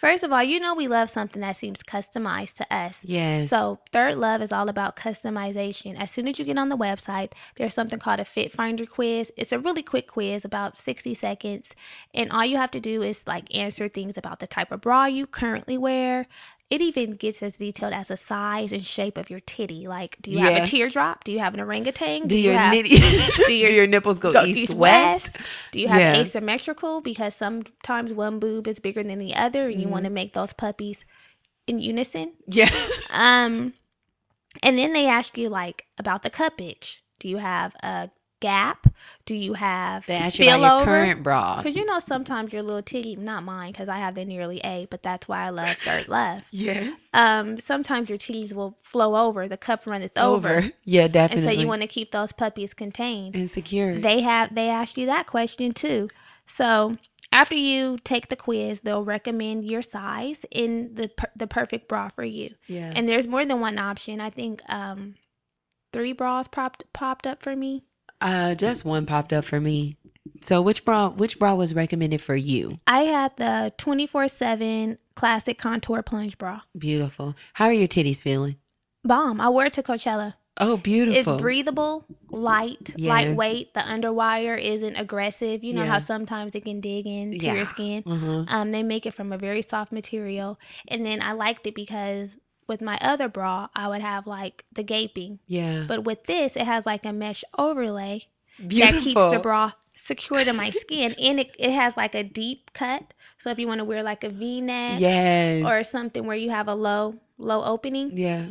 [SPEAKER 1] first of all, you know we love something that seems customized to us.
[SPEAKER 2] Yes.
[SPEAKER 1] So, Third Love is all about customization. As soon as you get on the website, there's something called a Fit Finder quiz. It's a really quick quiz, about 60 seconds. And all you have to do is like answer things about the type of bra you currently wear. It even gets as detailed as the size and shape of your titty. Like, do you have
[SPEAKER 2] Yeah.
[SPEAKER 1] a teardrop? Do you have an orangutan?
[SPEAKER 2] do your
[SPEAKER 1] have,
[SPEAKER 2] nitty, do
[SPEAKER 1] your-
[SPEAKER 2] your nipples go,
[SPEAKER 1] go
[SPEAKER 2] east,
[SPEAKER 1] east,
[SPEAKER 2] west?
[SPEAKER 1] do you have
[SPEAKER 2] Yeah.
[SPEAKER 1] asymmetrical? Because sometimes one boob is bigger than the other,
[SPEAKER 2] Mm-hmm.
[SPEAKER 1] and you want to make those puppies in unison.
[SPEAKER 2] Yeah.
[SPEAKER 1] Um, and then they ask you like about the cuppage. Do you have a gap? Do you have
[SPEAKER 2] They ask you about your
[SPEAKER 1] spillover?
[SPEAKER 2] current bras.
[SPEAKER 1] Because you know sometimes your little titty, not mine, because I have the nearly A, but that's why I love third love.
[SPEAKER 2] yes.
[SPEAKER 1] Um, sometimes your titties will flow over, the cup runneth over,
[SPEAKER 2] Over. Yeah,
[SPEAKER 1] and
[SPEAKER 2] definitely.
[SPEAKER 1] so you want to keep those puppies contained
[SPEAKER 2] insecure.
[SPEAKER 1] they have they ask you that question too so after you take the quiz they'll recommend your size in the per- the perfect bra for you
[SPEAKER 2] yeah.
[SPEAKER 1] and there's more than one option i think um three bras popped popped up for me
[SPEAKER 2] uh, just one popped up for me. So which bra? Which bra was recommended for you?
[SPEAKER 1] i had the 24-7 classic contour plunge bra
[SPEAKER 2] Beautiful. How are your titties feeling?
[SPEAKER 1] bomb i wore it to coachella
[SPEAKER 2] Oh, beautiful.
[SPEAKER 1] It's breathable, light,
[SPEAKER 2] Yes.
[SPEAKER 1] lightweight. The underwire isn't aggressive. You know
[SPEAKER 2] Yeah.
[SPEAKER 1] how sometimes it can dig into
[SPEAKER 2] Yeah.
[SPEAKER 1] your skin.
[SPEAKER 2] Uh-huh.
[SPEAKER 1] Um, they make it from a very soft material, and then I liked it because with my other bra, I would have like the gaping,
[SPEAKER 2] Yeah.
[SPEAKER 1] but with this, it has like a mesh overlay
[SPEAKER 2] beautiful.
[SPEAKER 1] that keeps the bra secure to my skin, and it, it has like a deep cut. So if you want to wear like a V neck
[SPEAKER 2] Yes.
[SPEAKER 1] or something where you have a low low opening,
[SPEAKER 2] yeah.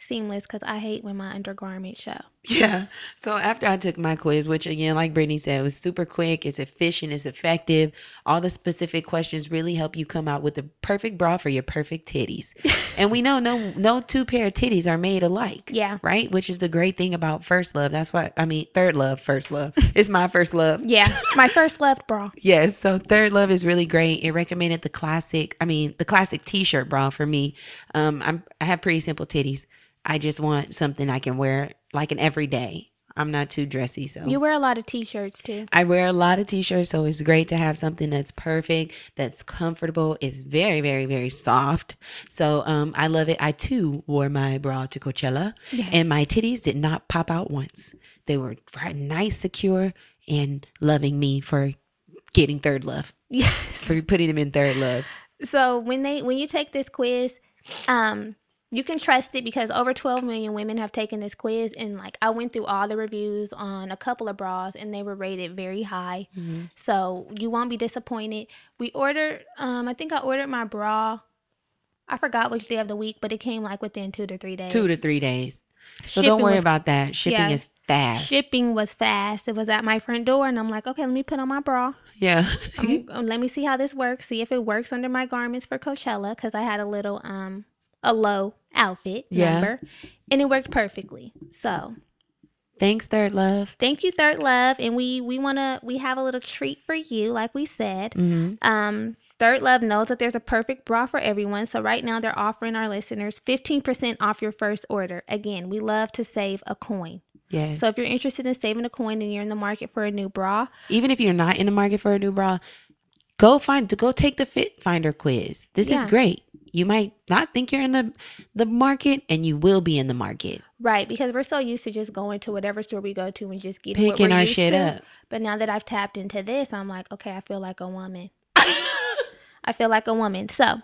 [SPEAKER 1] seamless. Because I hate when my undergarments show.
[SPEAKER 2] Yeah. So after I took my quiz, which again, like Brittany said, was super quick, it's efficient, it's effective. All the specific questions really help you come out with the perfect bra for your perfect titties. and we know no no two pair of titties are made alike.
[SPEAKER 1] Yeah.
[SPEAKER 2] Right? Which is the great thing about first love. That's why I mean third love, first love. It's my first love.
[SPEAKER 1] Yeah, my first left bra.
[SPEAKER 2] Yes, so Third Love is really great. It recommended the classic, I mean, the classic t-shirt bra for me. Um I'm I have pretty simple titties. I just want something I can wear like an everyday. I'm not too dressy, so
[SPEAKER 1] You wear a lot of t-shirts too.
[SPEAKER 2] I wear a lot of t-shirts, so it's great to have something that's perfect, that's comfortable. It's very, very, very soft. So um, I love it. I too wore my bra to Coachella,
[SPEAKER 1] Yes.
[SPEAKER 2] and my titties did not pop out once. They were right- nice, secure, and loving me for getting third love,
[SPEAKER 1] Yes.
[SPEAKER 2] for putting them in third love.
[SPEAKER 1] So when they when you take this quiz, um, you can trust it because over 12 million women have taken this quiz, and like I went through all the reviews on a couple of bras, and they were rated very high.
[SPEAKER 2] Mm-hmm.
[SPEAKER 1] So you won't be disappointed. We ordered, um, I think I ordered my bra. I forgot which day of the week, but it came like within two to three days.
[SPEAKER 2] Two to three days. So don't
[SPEAKER 1] Shipping
[SPEAKER 2] worry
[SPEAKER 1] was-
[SPEAKER 2] about that. Shipping
[SPEAKER 1] yeah.
[SPEAKER 2] is fast.
[SPEAKER 1] Shipping was fast. It was at my front door, and I'm like, okay, let me put on my bra.
[SPEAKER 2] Yeah.
[SPEAKER 1] I'm- um, let me see how this works. See if it works under my garments for Coachella because I had a little um a low outfit
[SPEAKER 2] Yeah.
[SPEAKER 1] number, and it worked perfectly. So
[SPEAKER 2] Thanks, Third Love.
[SPEAKER 1] thank you, Third Love, and we we wanna we have a little treat for you, like we said.
[SPEAKER 2] Mm-hmm.
[SPEAKER 1] Um, Third Love knows that there's a perfect bra for everyone, so right now they're offering our listeners 15% off your first order. Again, we love to save a coin.
[SPEAKER 2] Yes.
[SPEAKER 1] So if you're interested in saving a coin and you're in the market for a new bra,
[SPEAKER 2] even if you're not in the market for a new bra, go find to go take the fit finder quiz. This is
[SPEAKER 1] Yeah.
[SPEAKER 2] great. You might not think you're in the the market and you will be in the market
[SPEAKER 1] right, because we're so used to just going to whatever store we go to and just getting what
[SPEAKER 2] picking
[SPEAKER 1] we're
[SPEAKER 2] our
[SPEAKER 1] used
[SPEAKER 2] shit
[SPEAKER 1] to.
[SPEAKER 2] up.
[SPEAKER 1] But now that I've tapped into this, I'm like, okay, I feel like a woman. I feel like a woman. So,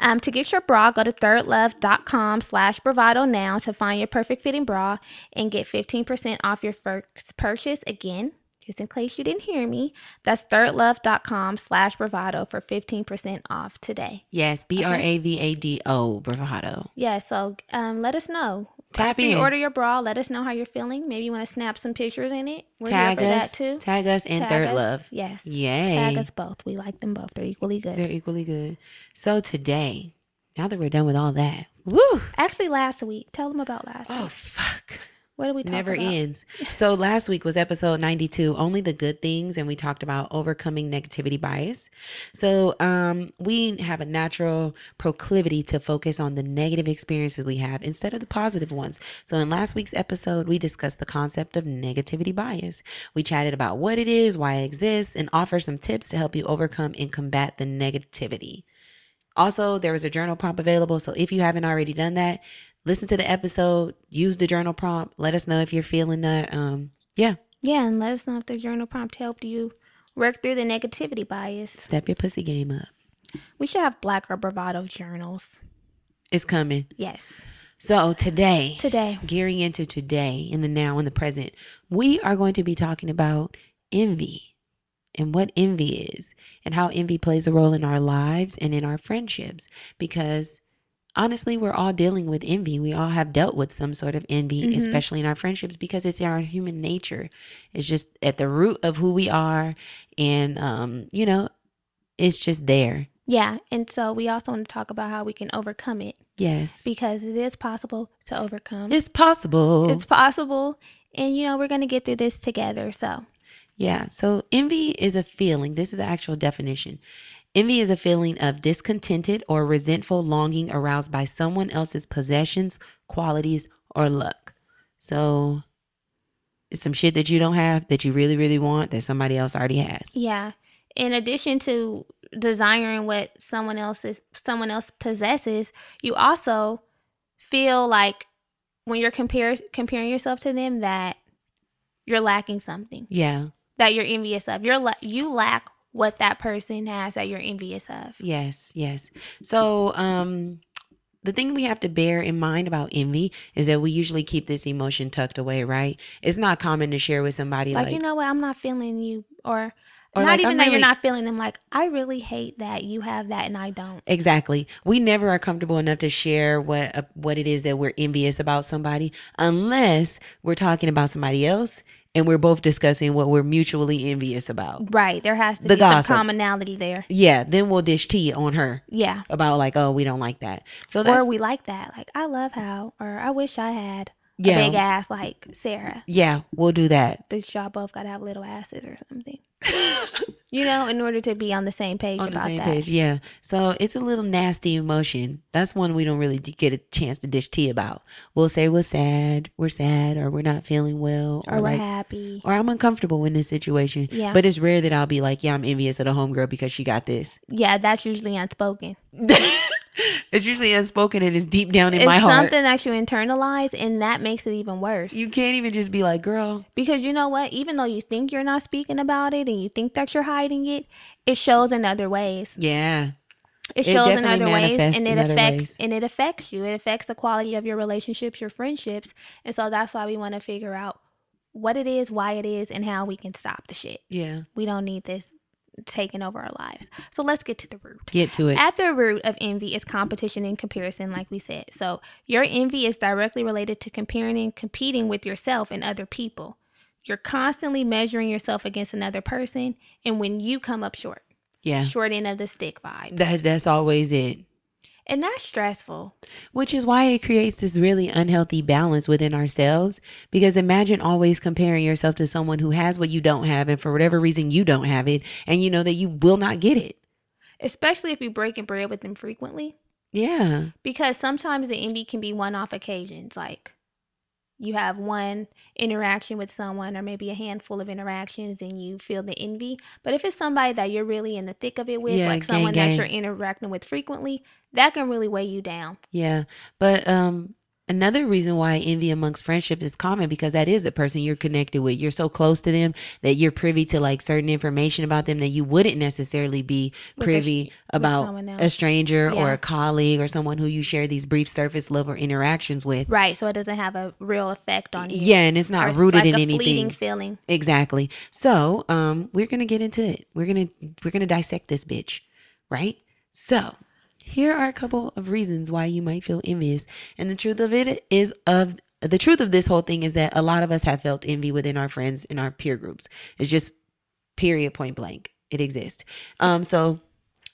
[SPEAKER 1] um, to get your bra, go to thirdlove.com slash bravado now to find your perfect fitting bra and get 15% off your first purchase. Again, just in case you didn't hear me, that's thirdlove.com slash bravado for 15% off today.
[SPEAKER 2] Yes, B R A V A D O bravado.
[SPEAKER 1] Yeah, so um, let us know.
[SPEAKER 2] Tap
[SPEAKER 1] After you
[SPEAKER 2] in.
[SPEAKER 1] order your bra, let us know how you're feeling. Maybe you want to snap some pictures in it. We're
[SPEAKER 2] tag
[SPEAKER 1] here for
[SPEAKER 2] us.
[SPEAKER 1] that too.
[SPEAKER 2] Tag us and
[SPEAKER 1] Tag
[SPEAKER 2] Third
[SPEAKER 1] us.
[SPEAKER 2] Love.
[SPEAKER 1] Yes.
[SPEAKER 2] Yay.
[SPEAKER 1] Tag us both. We like them both. They're equally good.
[SPEAKER 2] They're equally good. So today, now that we're done with all that, woo.
[SPEAKER 1] Actually, last week. Tell them about last
[SPEAKER 2] Oh
[SPEAKER 1] week.
[SPEAKER 2] fuck.
[SPEAKER 1] What did we talk
[SPEAKER 2] never
[SPEAKER 1] about?
[SPEAKER 2] ends. So last week was episode 92, only the good things and we talked about overcoming negativity bias. So um we have a natural proclivity to focus on the negative experiences we have instead of the positive ones. So in last week's episode we discussed the concept of negativity bias. We chatted about what it is, why it exists and offer some tips to help you overcome and combat the negativity. Also, there was a journal prompt available. So if you haven't already done that, listen to the episode, use the journal prompt. Let us know if you're feeling that. Um, yeah,
[SPEAKER 1] Yeah, and let us know if the journal prompt helped you work through the negativity bias.
[SPEAKER 2] step your pussy game up.
[SPEAKER 1] We should have black or bravado journals.
[SPEAKER 2] It's coming.
[SPEAKER 1] Yes.
[SPEAKER 2] So today,
[SPEAKER 1] Today.
[SPEAKER 2] gearing into today, in the now, in the present, we are going to be talking about envy and what envy is and how envy plays a role in our lives and in our friendships because honestly we're all dealing with envy we all have dealt with some sort of envy
[SPEAKER 1] Mhm.
[SPEAKER 2] especially in our friendships because it's in our human nature it's just at the root of who we are and um you know it's just there
[SPEAKER 1] Yeah, and so we also want to talk about how we can overcome it
[SPEAKER 2] yes
[SPEAKER 1] because it is possible to overcome.
[SPEAKER 2] it's possible
[SPEAKER 1] It's possible. And, you know, we're going to get through this together. So,
[SPEAKER 2] Yeah. So envy is a feeling. This is the actual definition. Envy is a feeling of discontented or resentful longing aroused by someone else's possessions, qualities, or luck. So it's some shit that you don't have that you really, really want that somebody else already has.
[SPEAKER 1] Yeah. In addition to desiring what someone else is someone else possesses, you also feel like when you're compare, comparing yourself to them that you're lacking something
[SPEAKER 2] Yeah.
[SPEAKER 1] that you're envious of. You're la- you lack what that person has that you're envious of.
[SPEAKER 2] Yes, yes. So, um, the thing we have to bear in mind about envy is that we usually keep this emotion tucked away, right? It's not common to share with somebody
[SPEAKER 1] Like,
[SPEAKER 2] like,
[SPEAKER 1] you know what, I'm not feeling you or,
[SPEAKER 2] Or
[SPEAKER 1] not
[SPEAKER 2] like,
[SPEAKER 1] even
[SPEAKER 2] I'm
[SPEAKER 1] that you're
[SPEAKER 2] really-
[SPEAKER 1] not feeling them like I really hate that you have that and I don't.
[SPEAKER 2] Exactly. We never are comfortable enough to share what uh, what it is that we're envious about somebody unless we're talking about somebody else and we're both discussing what we're mutually envious about.
[SPEAKER 1] Right. There has to
[SPEAKER 2] The
[SPEAKER 1] be
[SPEAKER 2] gossip.
[SPEAKER 1] some commonality there.
[SPEAKER 2] Yeah, then we'll dish tea on her
[SPEAKER 1] Yeah.
[SPEAKER 2] about like, "Oh, we don't like that." So that's
[SPEAKER 1] Or we like that. Like I love how or I wish I had
[SPEAKER 2] yeah.
[SPEAKER 1] big ass like Sarah.
[SPEAKER 2] yeah, we'll do that.
[SPEAKER 1] But y'all both gotta have little asses or something. you know, in order to be on the same page
[SPEAKER 2] on the
[SPEAKER 1] about
[SPEAKER 2] same
[SPEAKER 1] that.
[SPEAKER 2] page, yeah. So it's a little nasty emotion. That's one we don't really d- get a chance to dish tea about. We'll say we're sad, we're sad, or we're not feeling well,
[SPEAKER 1] Or we're
[SPEAKER 2] like,
[SPEAKER 1] happy.
[SPEAKER 2] or I'm uncomfortable in this situation.
[SPEAKER 1] Yeah.
[SPEAKER 2] But it's rare that I'll be like, yeah, I'm envious of the homegirl because she got this.
[SPEAKER 1] yeah, that's usually unspoken.
[SPEAKER 2] it's usually unspoken and it's deep down in
[SPEAKER 1] it's
[SPEAKER 2] my heart.
[SPEAKER 1] something that you internalize and that makes it even worse.
[SPEAKER 2] You can't even just be like, girl,
[SPEAKER 1] because you know what? Even though you think you're not speaking about it and you think that you're hiding it, it shows in other ways.
[SPEAKER 2] yeah,
[SPEAKER 1] It
[SPEAKER 2] It
[SPEAKER 1] shows in
[SPEAKER 2] definitely
[SPEAKER 1] other ways
[SPEAKER 2] manifests
[SPEAKER 1] and
[SPEAKER 2] in
[SPEAKER 1] it
[SPEAKER 2] other
[SPEAKER 1] affects
[SPEAKER 2] ways.
[SPEAKER 1] and it affects you. It affects the quality of your relationships, your friendships. And so that's why we want to figure out what it is, why it is, and how we can stop the shit.
[SPEAKER 2] yeah,
[SPEAKER 1] We don't need this taking over our lives. So let's get to the root.
[SPEAKER 2] get to it.
[SPEAKER 1] At the root of envy is competition and comparison, like we said. So your envy is directly related to comparing and competing with yourself and other people. You're constantly measuring yourself against another person, and when you come up short,
[SPEAKER 2] Yeah.
[SPEAKER 1] short end of the stick vibe.
[SPEAKER 2] That that's always it.
[SPEAKER 1] And that's stressful.
[SPEAKER 2] Which is why it creates this really unhealthy balance within ourselves. Because imagine always comparing yourself to someone who has what you don't have, and for whatever reason you don't have it, and you know that you will not get it.
[SPEAKER 1] especially if you break and bread with them frequently.
[SPEAKER 2] Yeah.
[SPEAKER 1] Because sometimes the envy can be one off occasions, like you have one interaction with someone or maybe a handful of interactions and you feel the envy. But if it's somebody that you're really in the thick of it with,
[SPEAKER 2] Yeah,
[SPEAKER 1] like
[SPEAKER 2] gang,
[SPEAKER 1] someone that
[SPEAKER 2] gang.
[SPEAKER 1] you're interacting with frequently, that can really weigh you down.
[SPEAKER 2] Yeah. But um another reason why envy amongst friendship is common because that is the person you're connected with. You're so close to them that you're privy to like certain information about them that you wouldn't necessarily be
[SPEAKER 1] With a-
[SPEAKER 2] privy about
[SPEAKER 1] someone
[SPEAKER 2] a
[SPEAKER 1] else.
[SPEAKER 2] stranger or
[SPEAKER 1] Yeah.
[SPEAKER 2] a colleague or someone who you share these brief surface level interactions with.
[SPEAKER 1] Right. So it doesn't have a real effect on you.
[SPEAKER 2] Yeah, and it's
[SPEAKER 1] Or
[SPEAKER 2] not
[SPEAKER 1] it's
[SPEAKER 2] rooted
[SPEAKER 1] like
[SPEAKER 2] in
[SPEAKER 1] a
[SPEAKER 2] anything.
[SPEAKER 1] fleeting feeling.
[SPEAKER 2] Exactly. So, um, we're gonna get into it. We're gonna we're gonna dissect this bitch, right? So, here are a couple of reasons why you might feel envious, and the truth of it is of the truth of this whole thing is that a lot of us have felt envy within our friends and our peer groups. It's just period point blank. It exists. Um, so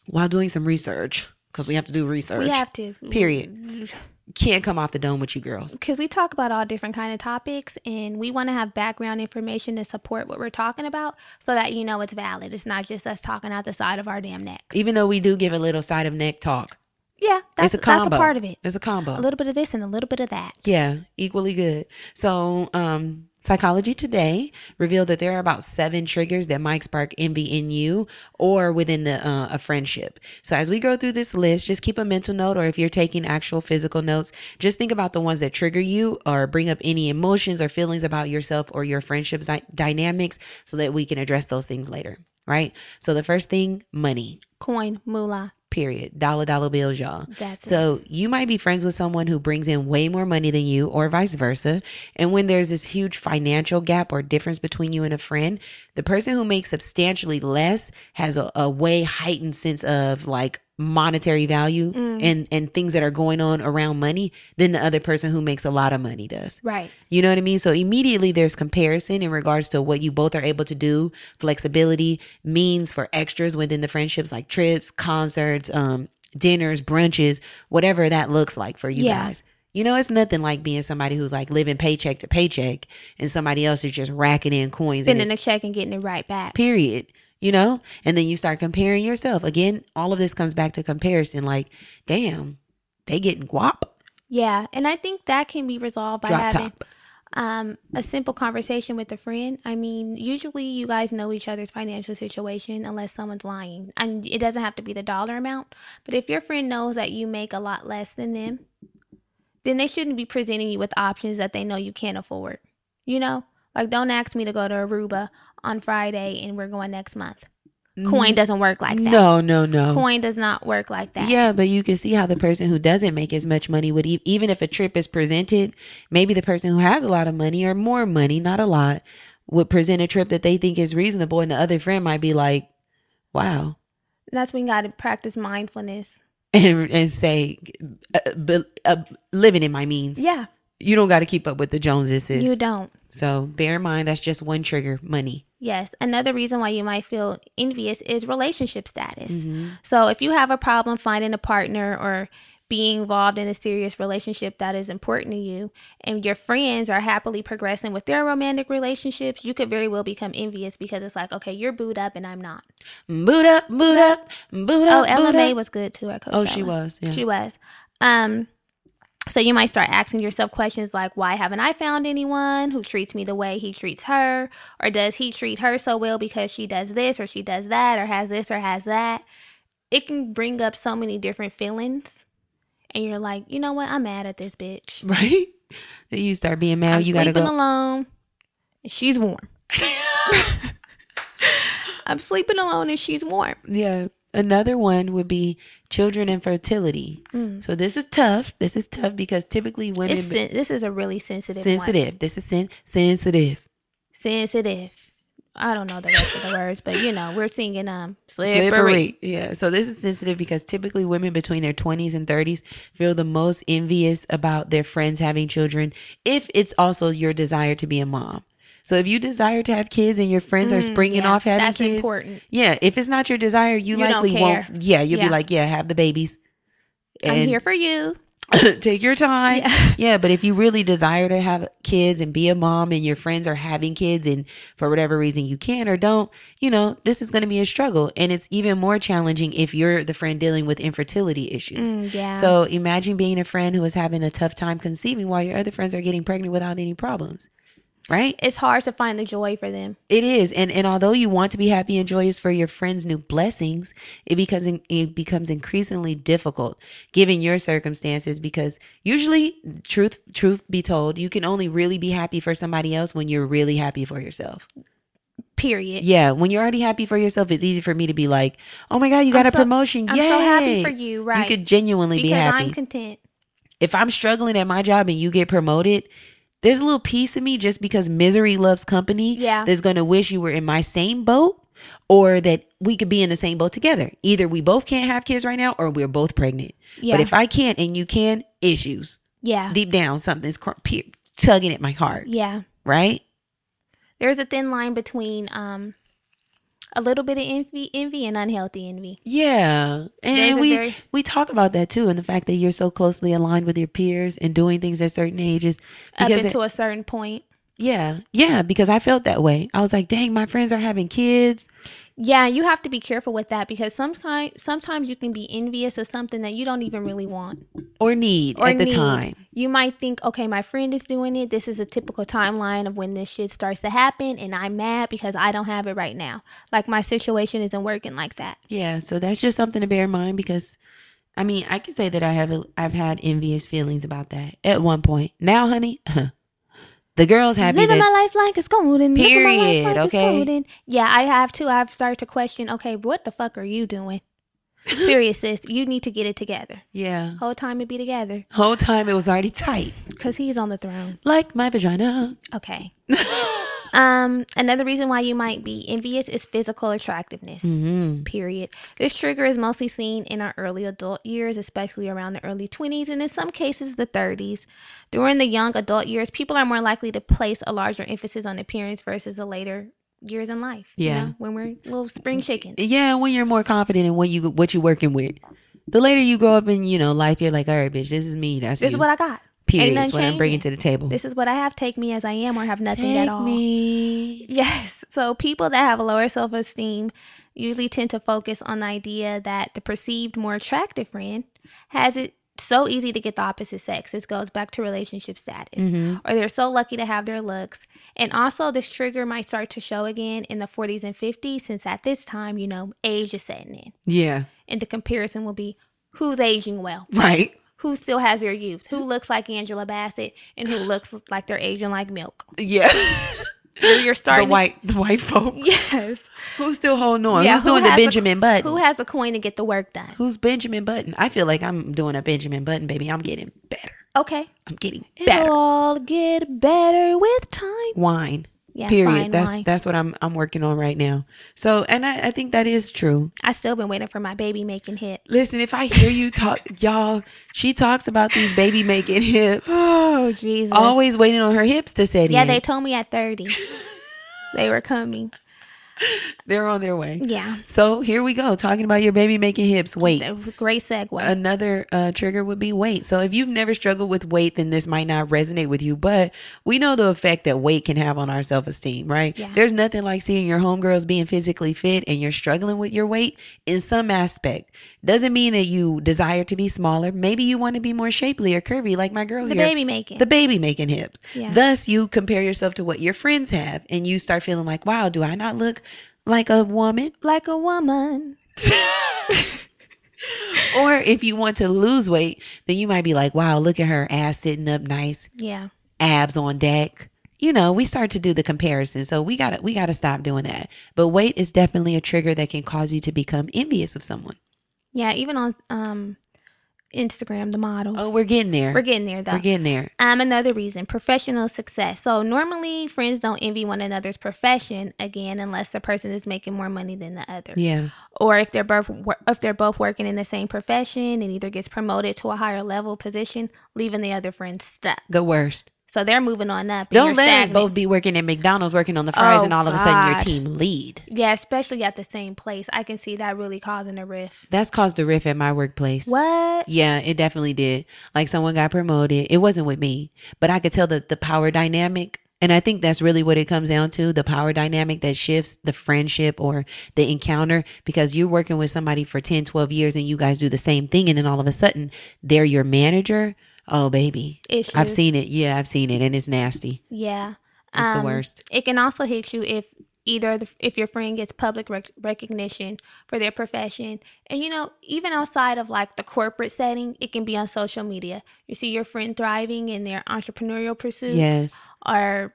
[SPEAKER 2] while doing some research, because we have to do research,
[SPEAKER 1] We have to.
[SPEAKER 2] Period. can't come off the dome with you girls.
[SPEAKER 1] because we talk about all different kind of topics and we want to have background information to support what we're talking about so that you know it's valid it's not just us talking out the side of our damn necks
[SPEAKER 2] Even though we do give a little side of neck talk,
[SPEAKER 1] yeah that's,
[SPEAKER 2] it's a combo.
[SPEAKER 1] that's a part of it
[SPEAKER 2] It's a combo.
[SPEAKER 1] a little bit of this and a little bit of that
[SPEAKER 2] Yeah, equally good. So, um, Psychology Today revealed that there are about seven triggers that might spark envy in you or within the uh, a friendship. So, as we go through this list, just keep a mental note, or if you're taking actual physical notes, just think about the ones that trigger you or bring up any emotions or feelings about yourself or your friendships dy- dynamics, so that we can address those things later. Right. So, the first thing, money.
[SPEAKER 1] coin moolah
[SPEAKER 2] Period. Dollar dollar bills, y'all.
[SPEAKER 1] that's it
[SPEAKER 2] So you might be friends with someone who brings in way more money than you, or vice versa. And when there's this huge financial gap or difference between you and a friend, the person who makes substantially less has a, a way heightened sense of like monetary value
[SPEAKER 1] Mm.
[SPEAKER 2] and and things that are going on around money than the other person who makes a lot of money does.
[SPEAKER 1] right
[SPEAKER 2] You know what I mean? So immediately there's comparison in regards to what you both are able to do, flexibility, means for extras within the friendships like trips, concerts, um, dinners, brunches, whatever that looks like for you
[SPEAKER 1] Yeah.
[SPEAKER 2] guys. You know, it's nothing like being somebody who's like living paycheck to paycheck and somebody else is just racking in coins and
[SPEAKER 1] sending
[SPEAKER 2] it's
[SPEAKER 1] a check and getting it right back
[SPEAKER 2] period you know and then you start comparing yourself again all of this comes back to comparison like damn they getting guap
[SPEAKER 1] yeah and i think that can be resolved by
[SPEAKER 2] drop
[SPEAKER 1] having
[SPEAKER 2] top
[SPEAKER 1] um, a simple conversation with a friend. I mean, usually you guys know each other's financial situation unless someone's lying. And it doesn't have to be the dollar amount, but if your friend knows that you make a lot less than them, then they shouldn't be presenting you with options that they know you can't afford. You know, like don't ask me to go to Aruba on Friday and we're going next month. Coin doesn't work like that.
[SPEAKER 2] no no Mm-hmm. no
[SPEAKER 1] Coin does not work like that.
[SPEAKER 2] Yeah, but you can see how the person who doesn't make as much money would, e- even if a trip is presented, maybe the person who has a lot of money or more money, not a lot, would present a trip that they think is reasonable, and the other friend might be like, "Wow,"
[SPEAKER 1] That's when you got to practice mindfulness.
[SPEAKER 2] and and say, uh, be, uh, "Living in my means."
[SPEAKER 1] Yeah,
[SPEAKER 2] You don't got to keep up with the Joneses. sis.
[SPEAKER 1] you don't.
[SPEAKER 2] So bear in mind that's just one trigger: money.
[SPEAKER 1] Yes, another reason why you might feel envious is relationship status.
[SPEAKER 2] Mm-hmm.
[SPEAKER 1] So, if you have a problem finding a partner or being involved in a serious relationship that is important to you, and your friends are happily progressing with their romantic relationships, you could very well become envious because it's like, okay, you're booed up and I'm not.
[SPEAKER 2] Boot up, boot up, boot
[SPEAKER 1] Oh,
[SPEAKER 2] up. boot
[SPEAKER 1] LMA
[SPEAKER 2] up.
[SPEAKER 1] was good too at Coachella.
[SPEAKER 2] Oh, she was. Yeah.
[SPEAKER 1] She was. Um, so you might start asking yourself questions like, why haven't I found anyone who treats me the way he treats her? Or does he treat her so well because she does this or she does that or has this or has that? It can bring up so many different feelings. And you're like, you know what? I'm mad at this bitch.
[SPEAKER 2] right. You start being mad.
[SPEAKER 1] I'm
[SPEAKER 2] you gotta
[SPEAKER 1] sleeping
[SPEAKER 2] go.
[SPEAKER 1] alone. And she's warm. I'm sleeping alone and she's warm.
[SPEAKER 2] Yeah. Another one would be children and fertility.
[SPEAKER 1] Mm.
[SPEAKER 2] So this is tough. This is tough because typically women
[SPEAKER 1] It's sen- this is a really sensitive one.
[SPEAKER 2] sensitive. This is sen- sensitive.
[SPEAKER 1] sensitive. I don't know the rest of the words, but you know, we're singing um slippery.
[SPEAKER 2] Slippery. Yeah. So this is sensitive because typically women between their 20s and 30s feel the most envious about their friends having children if it's also your desire to be a mom. So if you desire to have kids and your friends are
[SPEAKER 1] Mm,
[SPEAKER 2] springing
[SPEAKER 1] yeah,
[SPEAKER 2] off having
[SPEAKER 1] That's
[SPEAKER 2] kids,
[SPEAKER 1] important.
[SPEAKER 2] yeah, if it's not your desire, you,
[SPEAKER 1] You don't
[SPEAKER 2] likely won't.
[SPEAKER 1] care.
[SPEAKER 2] Yeah, you'll
[SPEAKER 1] Yeah.
[SPEAKER 2] be like, yeah, have the babies.
[SPEAKER 1] I'm
[SPEAKER 2] and
[SPEAKER 1] here for you.
[SPEAKER 2] take your time.
[SPEAKER 1] Yeah.
[SPEAKER 2] Yeah, but if you really desire to have kids and be a mom and your friends are having kids and for whatever reason you can or don't, you know, this is going to be a struggle. And it's even more challenging if you're the friend dealing with infertility issues.
[SPEAKER 1] Mm, yeah.
[SPEAKER 2] So imagine being a friend who is having a tough time conceiving while your other friends are getting pregnant without any problems. Right?
[SPEAKER 1] it's hard to find the joy for them.
[SPEAKER 2] It is. And and although you want to be happy and joyous for your friends' new blessings, it becomes it becomes increasingly difficult given your circumstances because usually truth truth be told, you can only really be happy for somebody else when you're really happy for yourself.
[SPEAKER 1] Period.
[SPEAKER 2] Yeah, when you're already happy for yourself, it's easy for me to be like, "Oh my god, you got
[SPEAKER 1] I'm
[SPEAKER 2] a
[SPEAKER 1] so-
[SPEAKER 2] promotion.
[SPEAKER 1] I'm
[SPEAKER 2] Yay.
[SPEAKER 1] so happy for you, right?
[SPEAKER 2] You could genuinely
[SPEAKER 1] because
[SPEAKER 2] be happy
[SPEAKER 1] I'm content.
[SPEAKER 2] if I'm struggling at my job and you get promoted, there's a little piece of me just because misery loves company
[SPEAKER 1] Yeah.
[SPEAKER 2] that's going to wish you were in my same boat or that we could be in the same boat together. Either we both can't have kids right now or we're both pregnant.
[SPEAKER 1] Yeah.
[SPEAKER 2] But if I can't and you can, issues.
[SPEAKER 1] yeah.
[SPEAKER 2] Deep down, something's cr- pe- tugging at my heart,
[SPEAKER 1] yeah.
[SPEAKER 2] right?
[SPEAKER 1] There's a thin line between um a little bit of envy, envy and unhealthy envy.
[SPEAKER 2] Yeah.
[SPEAKER 1] There's
[SPEAKER 2] And
[SPEAKER 1] a
[SPEAKER 2] we
[SPEAKER 1] very-
[SPEAKER 2] we talk about that too and the fact that you're so closely aligned with your peers and doing things at certain ages
[SPEAKER 1] Up
[SPEAKER 2] because it-
[SPEAKER 1] until a certain point.
[SPEAKER 2] Yeah, yeah, because I felt that way. I was like, dang, my friends are having kids.
[SPEAKER 1] Yeah, you have to be careful with that because sometimes sometimes you can be envious of something that you don't even really want
[SPEAKER 2] Or need
[SPEAKER 1] or
[SPEAKER 2] at the
[SPEAKER 1] need.
[SPEAKER 2] time.
[SPEAKER 1] You might think, okay, my friend is doing it. This is a typical timeline of when this shit starts to happen, and I'm mad because I don't have it right now. Like my situation isn't working like that.
[SPEAKER 2] Yeah, so that's just something to bear in mind because I mean, I can say that I have I've had envious feelings about that at one point. Now, honey, the girl's happy
[SPEAKER 1] Living
[SPEAKER 2] that
[SPEAKER 1] my life like it's golden. Living my life
[SPEAKER 2] Period,
[SPEAKER 1] like it's
[SPEAKER 2] okay?
[SPEAKER 1] golden. Yeah, I have too. I've started to question. Okay, what the fuck are you doing? Serious, sis. You need to get it together.
[SPEAKER 2] yeah.
[SPEAKER 1] Whole time it be together,
[SPEAKER 2] Whole time it was already tight.
[SPEAKER 1] cause he's on the throne.
[SPEAKER 2] Like my vagina.
[SPEAKER 1] Okay. um, another reason why you might be envious is physical attractiveness.
[SPEAKER 2] hmm
[SPEAKER 1] Period. This trigger is mostly seen in our early adult years, especially around the early 20s and in some cases the 30s. During the young adult years, people are more likely to place a larger emphasis on appearance versus the later years in life. you
[SPEAKER 2] Yeah.
[SPEAKER 1] know, when we're little spring chickens.
[SPEAKER 2] Yeah, when you're more confident in what you what you working with. The later you grow up in, you know, life, you're like, all right, bitch, this is me. That's
[SPEAKER 1] This
[SPEAKER 2] you.
[SPEAKER 1] is what I got.
[SPEAKER 2] Period.
[SPEAKER 1] nothing
[SPEAKER 2] It's what I'm bringing to
[SPEAKER 1] changing.
[SPEAKER 2] the table.
[SPEAKER 1] This is what I have. Take me as I am or have nothing at all.
[SPEAKER 2] me.
[SPEAKER 1] Yes. So people that have a lower self esteem usually tend to focus on the idea that the perceived more attractive friend has it so easy to get the opposite sex. This goes back to relationship status.
[SPEAKER 2] Mm.
[SPEAKER 1] Or they're so lucky to have their looks. And also, this trigger might start to show again in the 40s and 50s, since at this time, you know, age is setting in.
[SPEAKER 2] Yeah.
[SPEAKER 1] And the comparison will be who's aging well,
[SPEAKER 2] Right.
[SPEAKER 1] who still has their youth, who looks like Angela Bassett, and who looks like they're aging like milk.
[SPEAKER 2] Yeah.
[SPEAKER 1] You're you're
[SPEAKER 2] the
[SPEAKER 1] starting.
[SPEAKER 2] white the white folk.
[SPEAKER 1] Yes.
[SPEAKER 2] Who's still holding on?
[SPEAKER 1] Yeah,
[SPEAKER 2] Who's
[SPEAKER 1] who
[SPEAKER 2] doing the
[SPEAKER 1] has a-
[SPEAKER 2] Benjamin Button?
[SPEAKER 1] Who has a coin to get the work done?
[SPEAKER 2] Who's Benjamin Button? I feel like I'm doing a Benjamin Button, baby. I'm getting better.
[SPEAKER 1] Okay.
[SPEAKER 2] I'm getting
[SPEAKER 1] It'll
[SPEAKER 2] better.
[SPEAKER 1] all get better with time.
[SPEAKER 2] Wine.
[SPEAKER 1] Yeah,
[SPEAKER 2] Period.
[SPEAKER 1] fine
[SPEAKER 2] that's
[SPEAKER 1] wine.
[SPEAKER 2] that's what I'm I'm working on right now. So and I, I think that is true.
[SPEAKER 1] I still been waiting for my baby making hit.
[SPEAKER 2] Listen, if I hear you talk y'all, she talks about these baby making hips.
[SPEAKER 1] Oh Jesus!
[SPEAKER 2] Always waiting on her hips to set
[SPEAKER 1] Yeah,
[SPEAKER 2] in.
[SPEAKER 1] they told me at thirty they were coming.
[SPEAKER 2] They're on their way.
[SPEAKER 1] Yeah,
[SPEAKER 2] So here we go, talking about your baby making hips. Wait.
[SPEAKER 1] that was a great segue.
[SPEAKER 2] another uh, trigger would be weight. So if you've never struggled with weight, then this might not resonate with you. But we know the effect that weight can have on our self esteem, right?
[SPEAKER 1] Yeah.
[SPEAKER 2] There's nothing like seeing your homegirls being physically fit and you're struggling with your weight in some aspect. Doesn't mean that you desire to be smaller. Maybe you want to be more shapely or curvy, like my girl
[SPEAKER 1] the
[SPEAKER 2] here.
[SPEAKER 1] baby making.
[SPEAKER 2] The baby making hips.
[SPEAKER 1] Yeah.
[SPEAKER 2] Thus, you compare yourself to what your friends have, and you start feeling like, wow, do I not look like a woman?
[SPEAKER 1] like a woman.
[SPEAKER 2] Or if you want to lose weight, then you might be like, wow, look at her ass sitting up nice,
[SPEAKER 1] Yeah.
[SPEAKER 2] abs on deck. You know, we start to do the comparison. So we gotta we gotta stop doing that. But weight is definitely a trigger that can cause you to become envious of someone.
[SPEAKER 1] Yeah. Even on um Instagram, the models.
[SPEAKER 2] Oh, we're getting there.
[SPEAKER 1] we're getting there though.
[SPEAKER 2] We're getting there.
[SPEAKER 1] Um, another reason, professional success. So normally friends don't envy one another's profession again, unless the person is making more money than the other,
[SPEAKER 2] Yeah.
[SPEAKER 1] or if they're both wor- if they're both working in the same profession and either gets promoted to a higher level position, leaving the other friend stuck.
[SPEAKER 2] The worst.
[SPEAKER 1] So they're moving on up. and
[SPEAKER 2] Don't
[SPEAKER 1] you're
[SPEAKER 2] let us
[SPEAKER 1] stagnant.
[SPEAKER 2] both be working at McDonald's working on the fries
[SPEAKER 1] Oh,
[SPEAKER 2] and all of a sudden your
[SPEAKER 1] God.
[SPEAKER 2] team lead.
[SPEAKER 1] Yeah, especially at the same place. I can see that really causing a rift.
[SPEAKER 2] That's caused a rift at my workplace.
[SPEAKER 1] What?
[SPEAKER 2] Yeah, it definitely did. Like someone got promoted. It wasn't with me, but I could tell the the power dynamic. And I think that's really what it comes down to the power dynamic that shifts the friendship or the encounter because you're working with somebody for 10, 12 years and you guys do the same thing. And then all of a sudden they're your manager. Oh, baby.
[SPEAKER 1] Issues.
[SPEAKER 2] I've seen it. Yeah, I've seen it. And it's nasty.
[SPEAKER 1] Yeah.
[SPEAKER 2] It's the
[SPEAKER 1] Um,
[SPEAKER 2] worst.
[SPEAKER 1] It can also hit you if either the, if your friend gets public rec- recognition for their profession, and you know, even outside of like the corporate setting, it can be on social media. You see your friend thriving in their entrepreneurial pursuits
[SPEAKER 2] Yes.
[SPEAKER 1] or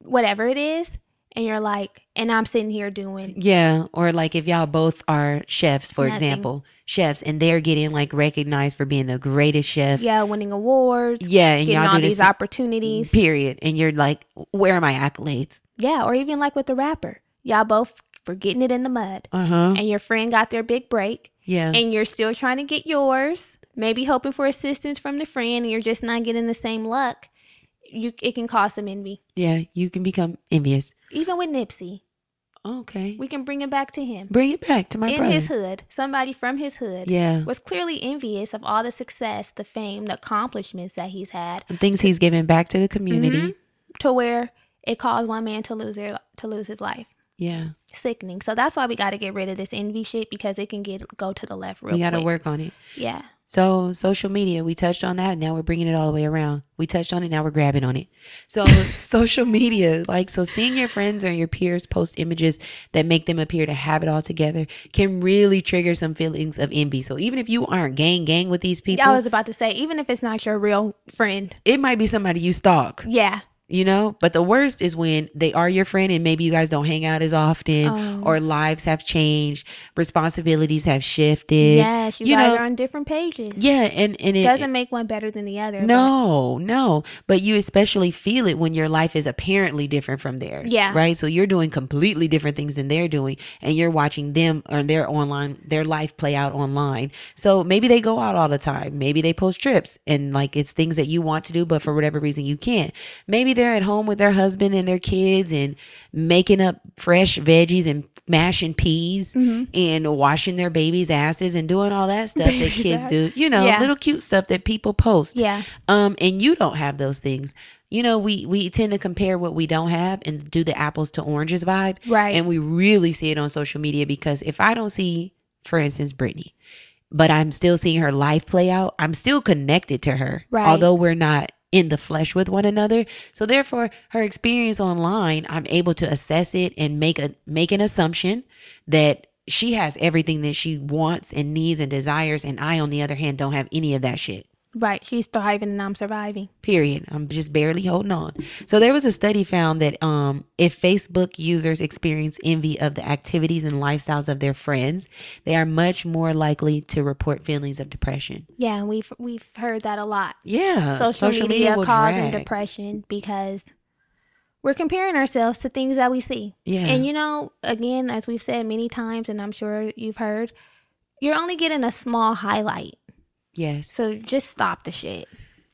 [SPEAKER 1] whatever it is, and you're like, and I'm sitting here doing
[SPEAKER 2] Yeah, or like if y'all both are chefs, for
[SPEAKER 1] Nothing.
[SPEAKER 2] example, chefs, and they're getting like recognized for being the greatest chef.
[SPEAKER 1] yeah, winning awards,
[SPEAKER 2] Yeah, and
[SPEAKER 1] getting
[SPEAKER 2] y'all
[SPEAKER 1] all
[SPEAKER 2] do the
[SPEAKER 1] these
[SPEAKER 2] sa-
[SPEAKER 1] opportunities,
[SPEAKER 2] Period. And you're like, where are my accolades?
[SPEAKER 1] yeah, or even like with the rapper, y'all both were getting it in the mud,
[SPEAKER 2] Uh huh.
[SPEAKER 1] and your friend got their big break.
[SPEAKER 2] Yeah.
[SPEAKER 1] and you're still trying to get yours, maybe hoping for assistance from the friend, and you're just not getting the same luck, you it can cause some envy.
[SPEAKER 2] yeah. You can become envious.
[SPEAKER 1] Even with Nipsey,
[SPEAKER 2] Okay.
[SPEAKER 1] we can bring it back to him.
[SPEAKER 2] Bring it back to my
[SPEAKER 1] In
[SPEAKER 2] brother.
[SPEAKER 1] his hood, somebody from his hood
[SPEAKER 2] yeah.
[SPEAKER 1] was clearly envious of all the success, the fame, the accomplishments that he's had,
[SPEAKER 2] And things he's giving back to the community.
[SPEAKER 1] Mhm. to where it caused one man to lose their, to lose his life.
[SPEAKER 2] Yeah.
[SPEAKER 1] Sickening. So that's why we got to get rid of this envy shit because it can get go to the left real
[SPEAKER 2] we got to
[SPEAKER 1] quick.
[SPEAKER 2] work on it.
[SPEAKER 1] Yeah.
[SPEAKER 2] So, social media, we touched on that. Now we're bringing it all the way around. We touched on it. Now we're grabbing on it. So, social media, like, so seeing your friends or your peers post images that make them appear to have it all together can really trigger some feelings of envy. So, even if you aren't gang gang with these people,
[SPEAKER 1] I was about to say, even if it's not your real friend,
[SPEAKER 2] it might be somebody you stalk,
[SPEAKER 1] yeah,
[SPEAKER 2] you know? But the worst is when they are your friend and maybe you guys don't hang out as often
[SPEAKER 1] Oh.
[SPEAKER 2] or lives have changed, responsibilities have shifted.
[SPEAKER 1] Yes, you,
[SPEAKER 2] you
[SPEAKER 1] guys
[SPEAKER 2] know-
[SPEAKER 1] are on different pages.
[SPEAKER 2] Yeah, and, and it
[SPEAKER 1] doesn't make one better than the other.
[SPEAKER 2] No, no. But you especially feel it when your life is apparently different from theirs.
[SPEAKER 1] Yeah.
[SPEAKER 2] Right. So you're doing completely different things than they're doing, and you're watching them or their online, their life play out online. So maybe they go out all the time. Maybe they post trips and like it's things that you want to do, but for whatever reason you can't. Maybe they're at home with their husband and their kids and making up fresh veggies and mashing peas
[SPEAKER 1] Mm-hmm.
[SPEAKER 2] and washing their babies' asses and doing all that stuff that
[SPEAKER 1] Babies'
[SPEAKER 2] kids
[SPEAKER 1] ass.
[SPEAKER 2] do. You know,
[SPEAKER 1] Yeah.
[SPEAKER 2] little cute stuff that people post
[SPEAKER 1] But, yeah.
[SPEAKER 2] um and you don't have those things you know we we tend to compare what we don't have and do the apples to oranges vibe
[SPEAKER 1] Right.
[SPEAKER 2] and we really see it on social media because if i don't see for instance brittany but i'm still seeing her life play out i'm still connected to her
[SPEAKER 1] Right.
[SPEAKER 2] although we're not in the flesh with one another so therefore her experience online i'm able to assess it and make a make an assumption that she has everything that she wants and needs and desires and i on the other hand don't have any of that shit
[SPEAKER 1] right. She's thriving and I'm surviving.
[SPEAKER 2] period i'm just barely holding on so there was a study found that um, if facebook users experience envy of the activities and lifestyles of their friends they are much more likely to report feelings of depression
[SPEAKER 1] Yeah, and we've we've heard that a lot.
[SPEAKER 2] yeah
[SPEAKER 1] social, media,
[SPEAKER 2] Uh, will
[SPEAKER 1] causing
[SPEAKER 2] drag.
[SPEAKER 1] depression because we're comparing ourselves to things that we see.
[SPEAKER 2] yeah
[SPEAKER 1] And you know, again, as we've said many times, and I'm sure you've heard, you're only getting a small highlight.
[SPEAKER 2] yes
[SPEAKER 1] So just stop the shit.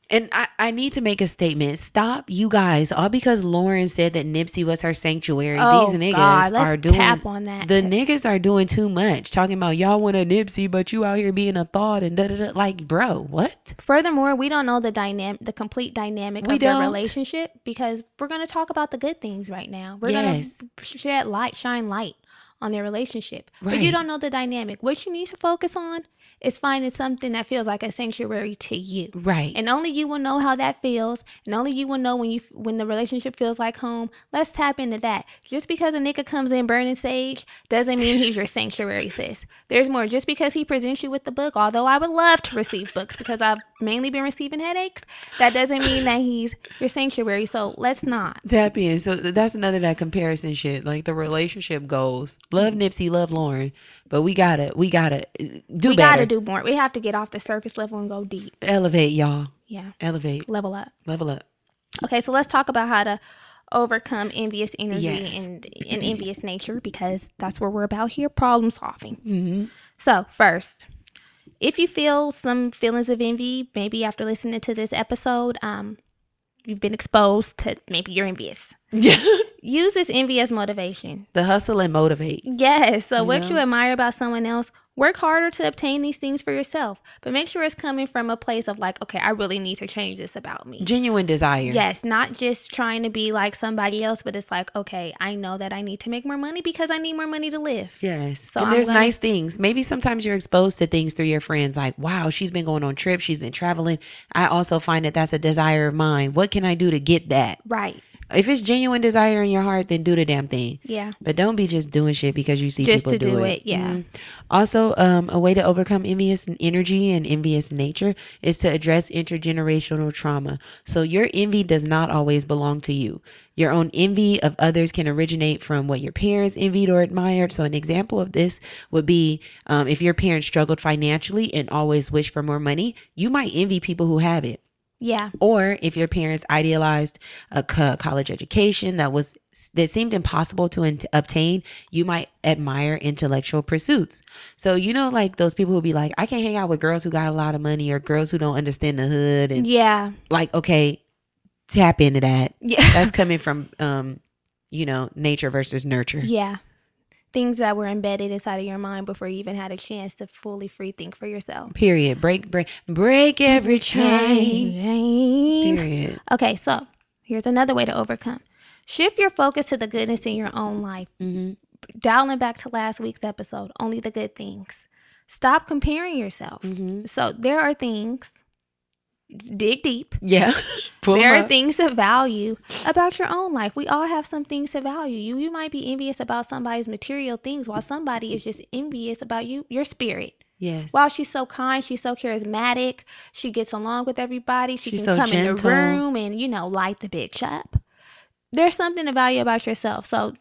[SPEAKER 2] And I, I need to make a statement. Stop, you guys. All because Lauren said that Nipsey was her sanctuary.
[SPEAKER 1] oh,
[SPEAKER 2] These niggas
[SPEAKER 1] God, let's
[SPEAKER 2] are doing
[SPEAKER 1] tap on that.
[SPEAKER 2] the niggas are doing too much. Talking about y'all want a Nipsey, but you out here being a thought and da da da. Like, bro, what?
[SPEAKER 1] Furthermore, we don't know the dynamic, the complete dynamic
[SPEAKER 2] We
[SPEAKER 1] of their
[SPEAKER 2] don't.
[SPEAKER 1] relationship because we're going to talk about the good things right now. We're
[SPEAKER 2] Yes.
[SPEAKER 1] going to shed light, shine light on their relationship. But
[SPEAKER 2] Right.
[SPEAKER 1] you don't know the dynamic. What you need to focus on is finding something that feels like a sanctuary to you.
[SPEAKER 2] Right.
[SPEAKER 1] And only you will know how that feels, and only you will know when you when the relationship feels like home. Let's tap into that. Just because a nigga comes in burning sage doesn't mean he's your sanctuary, sis. There's more. Just because he presents you with the book, although I would love to receive books because I've mainly been receiving headaches, that doesn't mean that he's your sanctuary. So let's not.
[SPEAKER 2] Tap in. So th- that's another that comparison shit. Like the relationship goals. Love
[SPEAKER 1] Mm-hmm.
[SPEAKER 2] Nipsey, love Lauren, but we gotta, we gotta uh, do
[SPEAKER 1] we
[SPEAKER 2] better.
[SPEAKER 1] gotta do more. We have to get off the surface level and go deep.
[SPEAKER 2] Elevate, y'all.
[SPEAKER 1] Yeah,
[SPEAKER 2] Elevate.
[SPEAKER 1] level up.
[SPEAKER 2] Level up.
[SPEAKER 1] Okay, so let's talk about how to overcome envious energy
[SPEAKER 2] Yes.
[SPEAKER 1] and, and envious nature because that's what we're about here problem solving.
[SPEAKER 2] Mm-hmm.
[SPEAKER 1] So, first, if you feel some feelings of envy, maybe after listening to this episode, um, you've been exposed to maybe you're envious.
[SPEAKER 2] Yeah.
[SPEAKER 1] Use this envy as motivation.
[SPEAKER 2] the hustle and motivate.
[SPEAKER 1] Yes. So what
[SPEAKER 2] Yeah.
[SPEAKER 1] you admire about someone else, work harder to obtain these things for yourself. But make sure it's coming from a place of like, okay, I really need to change this about me.
[SPEAKER 2] Genuine desire.
[SPEAKER 1] Yes, not just trying to be like somebody else, but it's like, okay, I know that I need to make more money because I need more money to live.
[SPEAKER 2] Yes.
[SPEAKER 1] So
[SPEAKER 2] and
[SPEAKER 1] I'm
[SPEAKER 2] there's
[SPEAKER 1] glad-
[SPEAKER 2] nice things. Maybe sometimes you're exposed to things through your friends like, wow, she's been going on trips, she's been traveling. I also find that that's a desire of mine. What can I do to get that?
[SPEAKER 1] Right.
[SPEAKER 2] If it's genuine desire in your heart, then do the damn thing.
[SPEAKER 1] Yeah.
[SPEAKER 2] But don't be just doing shit because you see
[SPEAKER 1] Just
[SPEAKER 2] people
[SPEAKER 1] to
[SPEAKER 2] do,
[SPEAKER 1] do
[SPEAKER 2] it.
[SPEAKER 1] it, yeah.
[SPEAKER 2] Mhm. Also, um, a way to overcome envious energy and envious nature is to address intergenerational trauma. So your envy does not always belong to you. Your own envy of others can originate from what your parents envied or admired. So an example of this would be um, if your parents struggled financially and always wished for more money, you might envy people who have it
[SPEAKER 1] Yeah.
[SPEAKER 2] or if your parents idealized a co- college education that was that seemed impossible to in- obtain you might admire intellectual pursuits so you know like those people who be like i can't hang out with girls who got a lot of money or girls who don't understand the hood and
[SPEAKER 1] Yeah.
[SPEAKER 2] like okay tap into that
[SPEAKER 1] Yeah.
[SPEAKER 2] that's coming from um you know nature versus nurture
[SPEAKER 1] yeah. Things that were embedded inside of your mind before you even had a chance to fully free think for yourself.
[SPEAKER 2] period break break break every chain
[SPEAKER 1] Train.
[SPEAKER 2] period
[SPEAKER 1] Okay, so here's another way to overcome. Shift your focus to the goodness in your own life.
[SPEAKER 2] mm-hmm.
[SPEAKER 1] Dialing back to last week's episode, only the good things. Stop comparing yourself.
[SPEAKER 2] Mm-hmm.
[SPEAKER 1] So there are things, dig deep.
[SPEAKER 2] yeah Pull 'em
[SPEAKER 1] There are
[SPEAKER 2] up.
[SPEAKER 1] things to value about your own life. We all have some things to value. You you might be envious about somebody's material things while somebody is just envious about you, your spirit.
[SPEAKER 2] yes
[SPEAKER 1] Wow, she's so kind, she's so charismatic, she gets along with everybody, she
[SPEAKER 2] She's
[SPEAKER 1] can
[SPEAKER 2] so
[SPEAKER 1] come in the
[SPEAKER 2] gentle.
[SPEAKER 1] room and, you know, light the bitch up. There's something to value about yourself. So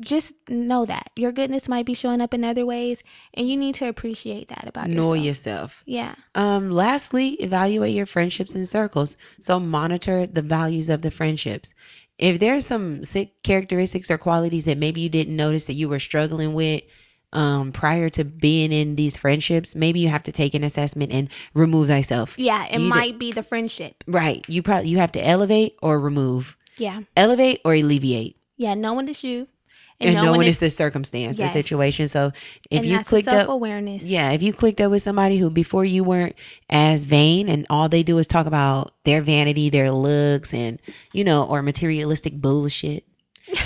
[SPEAKER 1] just know that. Your goodness might be showing up in other ways and you need to appreciate that about
[SPEAKER 2] know
[SPEAKER 1] yourself.
[SPEAKER 2] yourself
[SPEAKER 1] Yeah.
[SPEAKER 2] Um, lastly, evaluate your friendships and circles. So monitor the values of the friendships. If there's some sick characteristics or qualities that maybe you didn't notice that you were struggling with um prior to being in these friendships, maybe you have to take an assessment and remove thyself.
[SPEAKER 1] Yeah. It
[SPEAKER 2] You did-
[SPEAKER 1] might be the friendship.
[SPEAKER 2] Right. You probably you have to elevate or remove.
[SPEAKER 1] Yeah.
[SPEAKER 2] Elevate or alleviate.
[SPEAKER 1] Yeah. No one is you.
[SPEAKER 2] And, no one is the circumstance,
[SPEAKER 1] Yes.
[SPEAKER 2] the situation. So if
[SPEAKER 1] and
[SPEAKER 2] you
[SPEAKER 1] that's
[SPEAKER 2] clicked
[SPEAKER 1] self
[SPEAKER 2] up
[SPEAKER 1] awareness.
[SPEAKER 2] Yeah, if you clicked up with somebody who before you weren't as vain and all they do is talk about their vanity, their looks, and you know, or materialistic bullshit,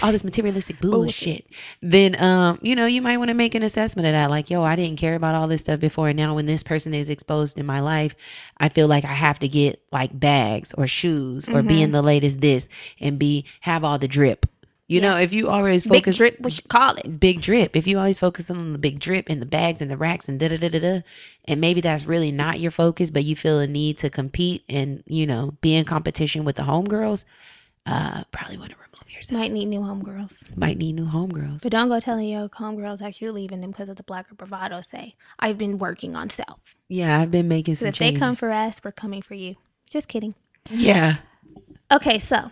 [SPEAKER 2] all this materialistic bullshit, then um, you know, you might want to make an assessment of that. Like, yo, I didn't care about all this stuff before, and now when this person is exposed in my life, I feel like I have to get like bags or shoes or be in the latest this and be have all the drip. You know, if you always
[SPEAKER 1] Big
[SPEAKER 2] focus
[SPEAKER 1] drip, what you call it.
[SPEAKER 2] big drip. If you always focus on the big drip and the bags and the racks and da da da da da, and maybe that's really not your focus, but you feel a need to compete and you know be in competition with the homegirls, uh, probably want to remove yourself.
[SPEAKER 1] Might need new homegirls.
[SPEAKER 2] Might need new homegirls.
[SPEAKER 1] But don't go telling your homegirls that you're leaving them because of the black or bravado say, I've been working on self.
[SPEAKER 2] Yeah, I've been making
[SPEAKER 1] So
[SPEAKER 2] some
[SPEAKER 1] if they
[SPEAKER 2] changes.
[SPEAKER 1] come for us, we're coming for you. Just kidding.
[SPEAKER 2] yeah.
[SPEAKER 1] Okay, so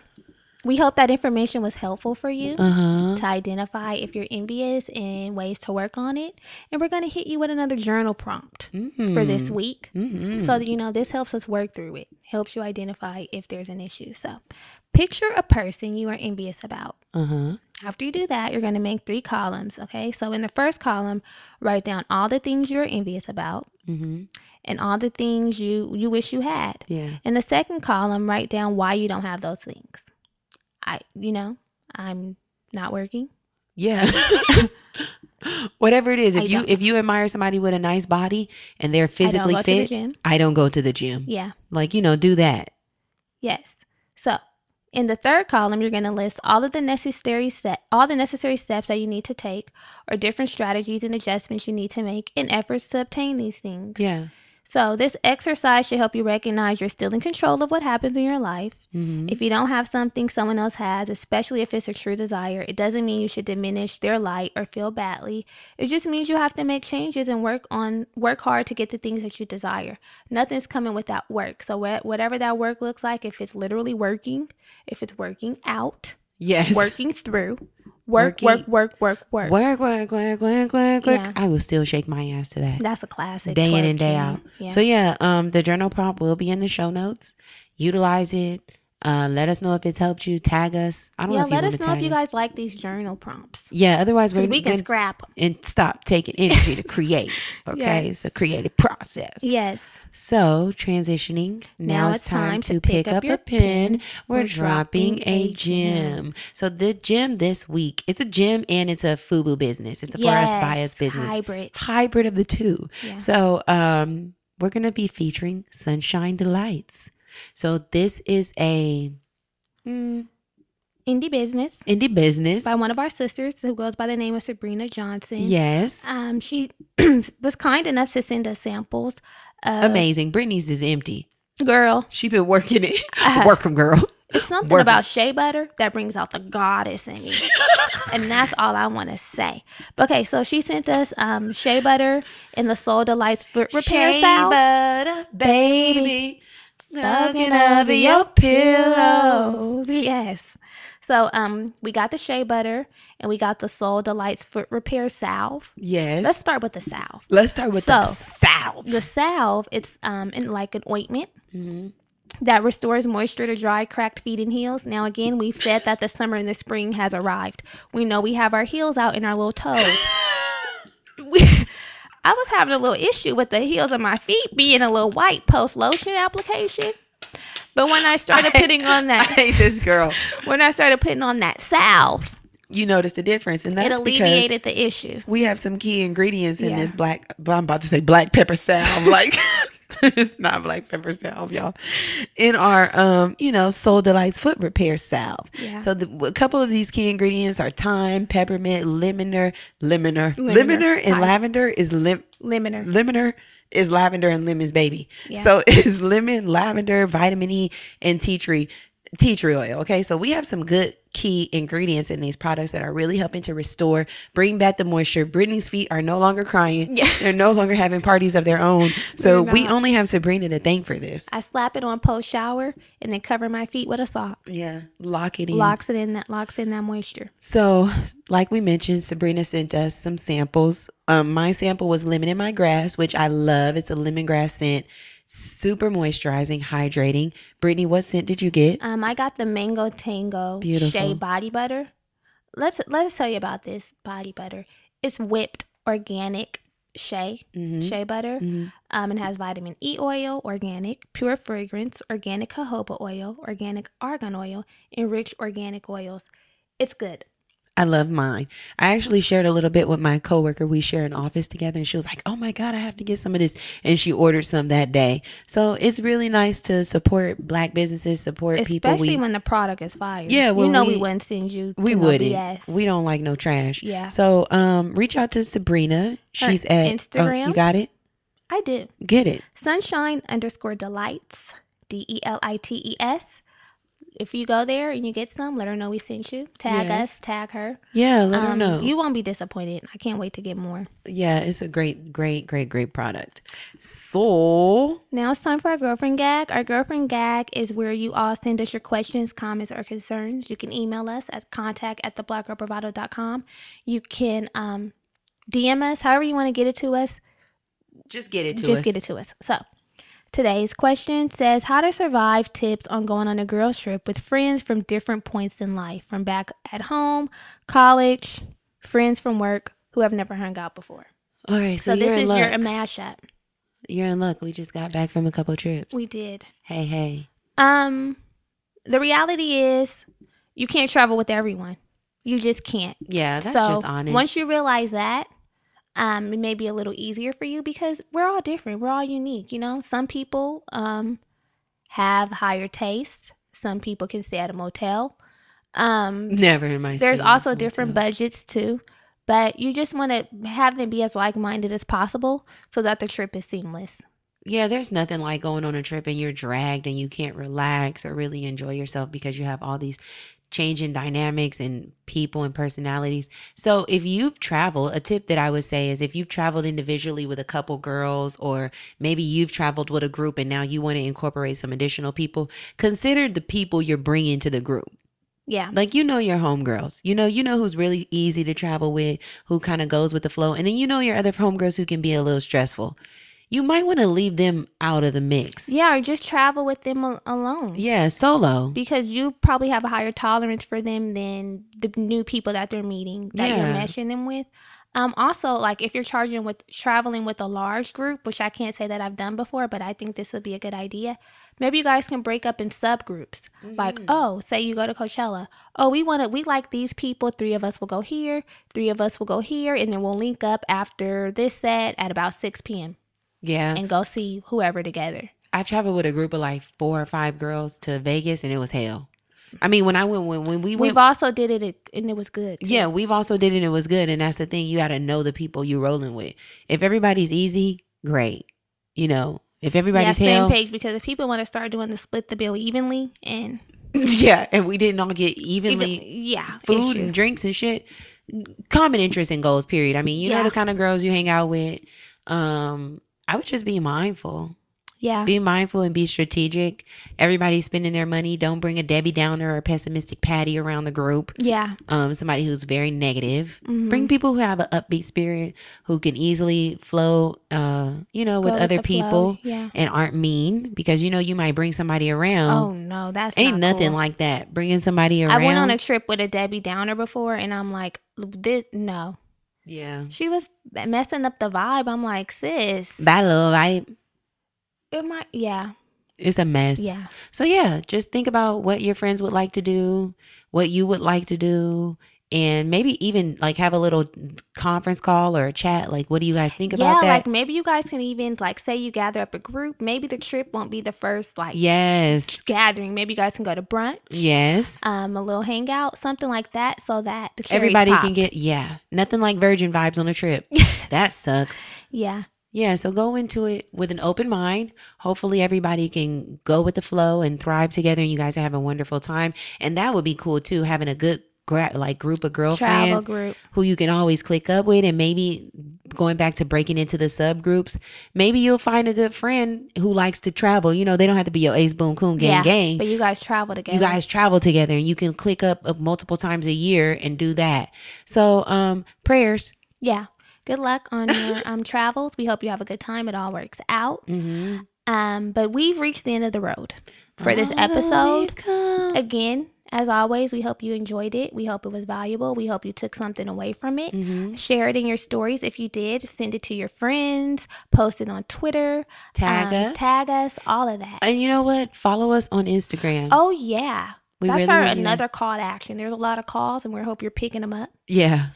[SPEAKER 1] we hope that information was helpful for you
[SPEAKER 2] Uh huh.
[SPEAKER 1] to identify if you're envious and ways to work on it. And we're going to hit you with another journal prompt for this week. So that you know, this helps us work through it, helps you identify if there's an issue. So picture a person you are envious about.
[SPEAKER 2] Uh huh.
[SPEAKER 1] After you do that, you're going to make three columns. Okay. So in the first column, write down all the things you're envious about
[SPEAKER 2] Mhm.
[SPEAKER 1] and all the things you you wish you had.
[SPEAKER 2] Yeah.
[SPEAKER 1] In the second column, write down why you don't have those things. I, you know, I'm not working.
[SPEAKER 2] Yeah. Whatever it is, if
[SPEAKER 1] I
[SPEAKER 2] you
[SPEAKER 1] don't-
[SPEAKER 2] if you admire somebody with a nice body and they're physically
[SPEAKER 1] I don't go to the
[SPEAKER 2] fit,
[SPEAKER 1] gym.
[SPEAKER 2] I don't go to the gym.
[SPEAKER 1] Yeah.
[SPEAKER 2] Like you know, do that.
[SPEAKER 1] Yes. So in the third column, you're going to list all of the necessary step, all the necessary steps that you need to take, or different strategies and adjustments you need to make in efforts to obtain these things.
[SPEAKER 2] Yeah.
[SPEAKER 1] So, this exercise should help you recognize you're still in control of what happens in your life.
[SPEAKER 2] Mm-hmm.
[SPEAKER 1] If you don't have something someone else has, especially if it's a true desire, it doesn't mean you should diminish their light or feel badly. It just means you have to make changes and work on work hard to get the things that you desire. Nothing's coming without work. So, wha- whatever that work looks like, if it's literally working, if it's working out,
[SPEAKER 2] Yes.
[SPEAKER 1] working through, work, work,
[SPEAKER 2] Working-
[SPEAKER 1] work, work, work.
[SPEAKER 2] work, work, work, work, work, work.
[SPEAKER 1] Yeah.
[SPEAKER 2] I will still shake my ass to that
[SPEAKER 1] That's a classic.
[SPEAKER 2] day in and day
[SPEAKER 1] twerking.
[SPEAKER 2] out.
[SPEAKER 1] Yeah.
[SPEAKER 2] So yeah, um, the journal prompt will be in the show notes. Utilize it. Uh, let us know if it's helped you. Tag us. I don't
[SPEAKER 1] Yeah,
[SPEAKER 2] know. If
[SPEAKER 1] let
[SPEAKER 2] you
[SPEAKER 1] us
[SPEAKER 2] wanna
[SPEAKER 1] know if you
[SPEAKER 2] tag us.
[SPEAKER 1] guys like these journal prompts.
[SPEAKER 2] Yeah, otherwise we're
[SPEAKER 1] Because we can
[SPEAKER 2] gonna-
[SPEAKER 1] scrap 'em.
[SPEAKER 2] and stop taking energy to create. Okay, it's a creative process.
[SPEAKER 1] Yes.
[SPEAKER 2] So transitioning. Now, it's time, to pick, up,
[SPEAKER 1] your
[SPEAKER 2] a pen.
[SPEAKER 1] pen.
[SPEAKER 2] We're
[SPEAKER 1] We're
[SPEAKER 2] dropping
[SPEAKER 1] dropping
[SPEAKER 2] a
[SPEAKER 1] a gem.
[SPEAKER 2] gem. So the gem this week, it's a gem and it's a FUBU business. It's a Forest
[SPEAKER 1] Yes,
[SPEAKER 2] Bias business.
[SPEAKER 1] Hybrid.
[SPEAKER 2] Hybrid of the two.
[SPEAKER 1] Yeah.
[SPEAKER 2] So um we're gonna be featuring Sunshine Delights. So this is a mm,
[SPEAKER 1] Indie business
[SPEAKER 2] indie business.
[SPEAKER 1] by one of our sisters who goes by the name of Sabrina Johnson.
[SPEAKER 2] Yes.
[SPEAKER 1] Um, she was kind enough to send us samples. Of,
[SPEAKER 2] Amazing. Brittany's is empty.
[SPEAKER 1] Girl,
[SPEAKER 2] She been working it.
[SPEAKER 1] Uh,
[SPEAKER 2] Work 'em, girl.
[SPEAKER 1] it's something
[SPEAKER 2] Work.
[SPEAKER 1] about shea butter that brings out the goddess in me. and that's all I want to say. Okay, so she sent us um, shea butter in the Soul Delights foot repair
[SPEAKER 2] Shea
[SPEAKER 1] salve.
[SPEAKER 2] butter, baby. Hugging
[SPEAKER 1] Hugging
[SPEAKER 2] over your pillows.
[SPEAKER 1] Yes. So um, we got the shea butter and we got the Soul Delights foot repair salve.
[SPEAKER 2] Yes.
[SPEAKER 1] Let's
[SPEAKER 2] Let's,
[SPEAKER 1] start with the salve.
[SPEAKER 2] start with
[SPEAKER 1] So,
[SPEAKER 2] the salve.
[SPEAKER 1] The salve, it's um, in like an ointment that restores moisture to dry, cracked feet and heels. Now, again, we've said that the summer and the spring has arrived. We know we have our heels out and our little toes. we, I was having a little issue with the heels of my feet being a little white post lotion application. But when I started putting on
[SPEAKER 2] I
[SPEAKER 1] that,
[SPEAKER 2] hate this girl.
[SPEAKER 1] when I started putting on that salve,
[SPEAKER 2] You notice the difference, and
[SPEAKER 1] it
[SPEAKER 2] that's because
[SPEAKER 1] alleviated the issue.
[SPEAKER 2] we have some key ingredients in
[SPEAKER 1] Yeah.
[SPEAKER 2] this black. but I'm about to say black pepper salve. like it's not black pepper salve, y'all. In our, um, you know, Soul Delights foot repair salve.
[SPEAKER 1] Yeah.
[SPEAKER 2] So the, a couple of these key ingredients are thyme, peppermint, leminer, leminer, leminer,
[SPEAKER 1] Lemon-
[SPEAKER 2] and
[SPEAKER 1] I-
[SPEAKER 2] lavender is lim
[SPEAKER 1] Limiter.
[SPEAKER 2] leminer is lavender and lemons baby
[SPEAKER 1] Yeah.
[SPEAKER 2] so it's lemon lavender vitamin e and tea tree tea tree oil okay so we have some good key ingredients in these products that are really helping to restore bring back the moisture brittany's feet are no longer crying
[SPEAKER 1] Yeah.
[SPEAKER 2] they're no longer having parties of their own so
[SPEAKER 1] They're
[SPEAKER 2] we
[SPEAKER 1] not.
[SPEAKER 2] only have sabrina to thank for this
[SPEAKER 1] I slap it on post shower and then cover my feet with a sock.
[SPEAKER 2] yeah lock it in
[SPEAKER 1] Locks it in that locks in that moisture.
[SPEAKER 2] So, like we mentioned, Sabrina sent us some samples. Um, my sample was lemon in my grass, which I love. It's a lemongrass scent, super moisturizing, hydrating. Brittany, what scent did you get?
[SPEAKER 1] Um, I got the mango tango
[SPEAKER 2] Beautiful.
[SPEAKER 1] shea body butter. Let's let us tell you about this body butter. It's whipped organic shea
[SPEAKER 2] Mm-hmm.
[SPEAKER 1] shea butter.
[SPEAKER 2] Mhm.
[SPEAKER 1] Um, it has vitamin E oil, organic pure fragrance, organic jojoba oil, organic argan oil, and rich organic oils. It's good.
[SPEAKER 2] I love mine. I actually shared a little bit with my coworker. We share an office together, and she was like, "Oh my god, I have to get some of this," and she ordered some that day. So it's really nice to support Black businesses, support people.
[SPEAKER 1] Especially
[SPEAKER 2] We
[SPEAKER 1] when the product is fired.
[SPEAKER 2] Yeah,
[SPEAKER 1] you
[SPEAKER 2] when
[SPEAKER 1] know we,
[SPEAKER 2] we-
[SPEAKER 1] wouldn't send you. To
[SPEAKER 2] we
[SPEAKER 1] no
[SPEAKER 2] wouldn't.
[SPEAKER 1] BS.
[SPEAKER 2] We don't like no trash.
[SPEAKER 1] Yeah,
[SPEAKER 2] So um reach out to Sabrina. She's at oh,
[SPEAKER 1] Instagram.
[SPEAKER 2] you got it?
[SPEAKER 1] I do.
[SPEAKER 2] Get it.
[SPEAKER 1] Sunshine underscore delights, D E L I T E S. If you go there and you get some, let her know we sent you. Tag
[SPEAKER 2] Yes.
[SPEAKER 1] us, tag her.
[SPEAKER 2] Yeah, let her
[SPEAKER 1] Um,
[SPEAKER 2] know.
[SPEAKER 1] You won't be disappointed. I can't wait to get more.
[SPEAKER 2] yeah, it's a great, great, great, great product. So
[SPEAKER 1] Now it's time for our girlfriend gag. Our girlfriend gag is where you all send us your questions, comments, or concerns. You can email us at contact at theblackrubberbottle.com. You can um, DM us, however you want to get it to us.
[SPEAKER 2] just get it to
[SPEAKER 1] just
[SPEAKER 2] us.
[SPEAKER 1] get it to us. So today's question says how to survive tips on going on a girls trip with friends from different points in life, from back at home, college, friends from work who have never hung out before.
[SPEAKER 2] All right, so,
[SPEAKER 1] So, this
[SPEAKER 2] you're in
[SPEAKER 1] is
[SPEAKER 2] luck.
[SPEAKER 1] your mashup.
[SPEAKER 2] you're in luck. We just got back from a couple trips.
[SPEAKER 1] We did.
[SPEAKER 2] hey, hey.
[SPEAKER 1] Um, the reality is you can't travel with everyone. You just can't.
[SPEAKER 2] Yeah, Oh, that's
[SPEAKER 1] so
[SPEAKER 2] just honest.
[SPEAKER 1] once you realize that, um, it may be a little easier for you because we're all different. We're all unique. You know, some people um have higher taste. Some people can stay at a motel. Um,
[SPEAKER 2] Never in my
[SPEAKER 1] there's
[SPEAKER 2] state.
[SPEAKER 1] also
[SPEAKER 2] Me
[SPEAKER 1] different
[SPEAKER 2] too.
[SPEAKER 1] budgets too, but you just want to have them be as like minded as possible so that the trip is seamless.
[SPEAKER 2] Yeah, there's nothing like going on a trip and you're dragged and you can't relax or really enjoy yourself because you have all these changing dynamics and people and personalities. So, if you've traveled, a tip that I would say is if you've traveled individually with a couple girls or maybe you've traveled with a group and now you want to incorporate some additional people, consider the people you're bringing to the group.
[SPEAKER 1] Yeah,
[SPEAKER 2] Like you know your homegirls. You know, you know who's really easy to travel with, who kind of goes with the flow, and then you know your other homegirls who can be a little stressful. you might want to leave them out of the mix.
[SPEAKER 1] Yeah, or just travel with them al- alone.
[SPEAKER 2] Yeah, solo.
[SPEAKER 1] Because you probably have a higher tolerance for them than the new people that they're meeting that you're
[SPEAKER 2] Yeah.
[SPEAKER 1] meshing them with. Um, also, like if you're charging with traveling with a large group, which I can't say that I've done before, but I think this would be a good idea. Maybe you guys can break up in subgroups. Like,
[SPEAKER 2] Mm-hmm.
[SPEAKER 1] oh, say you go to Coachella. Oh, we want to. We like these people. Three of us will go here. Three of us will go here, and then we'll link up after this set at about six p.m.
[SPEAKER 2] Yeah.
[SPEAKER 1] and go see whoever together.
[SPEAKER 2] I've traveled with a group of like four or five girls to Vegas and it was hell. I mean, when I went, when, when we went,
[SPEAKER 1] We've also did it and it was good. too.
[SPEAKER 2] yeah, we've also did it and it was good. And that's the thing. You got to know the people you're rolling with. If everybody's easy, great. You know, if everybody's
[SPEAKER 1] yeah,
[SPEAKER 2] hell,
[SPEAKER 1] same page because if people want to start doing the split the bill evenly and
[SPEAKER 2] yeah, and we didn't all get
[SPEAKER 1] even,
[SPEAKER 2] evenly
[SPEAKER 1] yeah,
[SPEAKER 2] food
[SPEAKER 1] issue.
[SPEAKER 2] and drinks and shit. Common interests and goals, period. I mean, you
[SPEAKER 1] Yeah.
[SPEAKER 2] know the kind of girls you hang out with. Um, I would just be mindful.
[SPEAKER 1] yeah,
[SPEAKER 2] Be mindful and be strategic. Everybody's spending their money. Don't bring a Debbie Downer or a pessimistic Patty around the group.
[SPEAKER 1] yeah,
[SPEAKER 2] Um, somebody who's very negative.
[SPEAKER 1] Mhm.
[SPEAKER 2] Bring people who have an upbeat spirit, who can easily flow, uh, you know, with
[SPEAKER 1] Go
[SPEAKER 2] other
[SPEAKER 1] the flow.
[SPEAKER 2] people
[SPEAKER 1] Yeah.
[SPEAKER 2] and aren't mean because you know you might bring somebody around.
[SPEAKER 1] Oh no, that's
[SPEAKER 2] Um, Ain't
[SPEAKER 1] not
[SPEAKER 2] nothing
[SPEAKER 1] cool.
[SPEAKER 2] like that. Bringing somebody around.
[SPEAKER 1] I went on a trip with a Debbie Downer before, and I'm like, this no,
[SPEAKER 2] yeah.
[SPEAKER 1] she was messing up the vibe. I'm like, sis,
[SPEAKER 2] That little vibe.
[SPEAKER 1] it might, yeah,
[SPEAKER 2] It's a mess.
[SPEAKER 1] yeah,
[SPEAKER 2] So yeah, just think about what your friends would like to do, what you would like to do, and maybe even like have a little conference call or a chat. Like, what do you guys think
[SPEAKER 1] yeah.
[SPEAKER 2] about that?
[SPEAKER 1] Like maybe you guys can even like say you gather up a group. Maybe the trip won't be the first like
[SPEAKER 2] yes,
[SPEAKER 1] gathering. Maybe you guys can go to brunch.
[SPEAKER 2] yes.
[SPEAKER 1] um, a little hangout, something like that, so that the cherries
[SPEAKER 2] Everybody can
[SPEAKER 1] pop.
[SPEAKER 2] get yeah. Nothing like virgin vibes on a trip. that sucks.
[SPEAKER 1] yeah,
[SPEAKER 2] Yeah, so go into it with an open mind. Hopefully, everybody can go with the flow and thrive together, and you guys are having a wonderful time. And that would be cool too, having a good gra- like group of
[SPEAKER 1] travel
[SPEAKER 2] girlfriends
[SPEAKER 1] group.
[SPEAKER 2] who you can always click up with and maybe going back to breaking into the subgroups maybe you'll find a good friend who likes to travel you know they don't have to be your ace boom coon gang
[SPEAKER 1] yeah,
[SPEAKER 2] gang
[SPEAKER 1] but you guys travel together.
[SPEAKER 2] you guys travel together and you can click up uh, multiple times a year and do that so um prayers
[SPEAKER 1] yeah. Good luck on your um travels. We hope you have a good time. It all works out.
[SPEAKER 2] mm-hmm.
[SPEAKER 1] Um, but we've reached the end of the road for this episode. Again, as always, we hope you enjoyed it. We hope it was valuable. We hope you took something away from it.
[SPEAKER 2] mm-hmm.
[SPEAKER 1] Share it in your stories if you did. Send it to your friends. Post it on Twitter. um,
[SPEAKER 2] tag us
[SPEAKER 1] Tag us. All of that.
[SPEAKER 2] and you know what follow us on instagram
[SPEAKER 1] Oh yeah.
[SPEAKER 2] Mm-hmm. We
[SPEAKER 1] That's
[SPEAKER 2] really
[SPEAKER 1] our
[SPEAKER 2] want you to-
[SPEAKER 1] another call to action. There's a lot of calls, and we hope you're picking them up.
[SPEAKER 2] yeah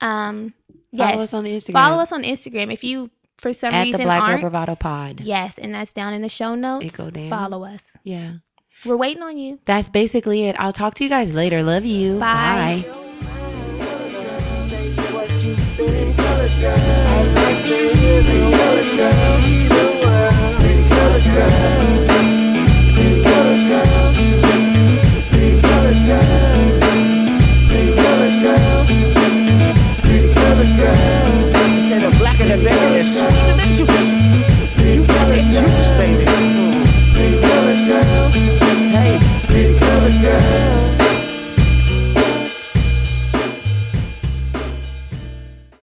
[SPEAKER 1] Um, yes.
[SPEAKER 2] follow us on instagram
[SPEAKER 1] Follow us on Instagram. If you, for some
[SPEAKER 2] at
[SPEAKER 1] reason,
[SPEAKER 2] the black girl
[SPEAKER 1] aren't,
[SPEAKER 2] bravado pod
[SPEAKER 1] yes, and that's down in the show notes.
[SPEAKER 2] It go down.
[SPEAKER 1] Follow us.
[SPEAKER 2] yeah
[SPEAKER 1] We're waiting on you.
[SPEAKER 2] that's basically it i'll talk to you guys later love you
[SPEAKER 1] Bye.
[SPEAKER 2] bye.
[SPEAKER 4] Say what you think. Color girl. I like to hear the color girl. See the world. Pretty color girl.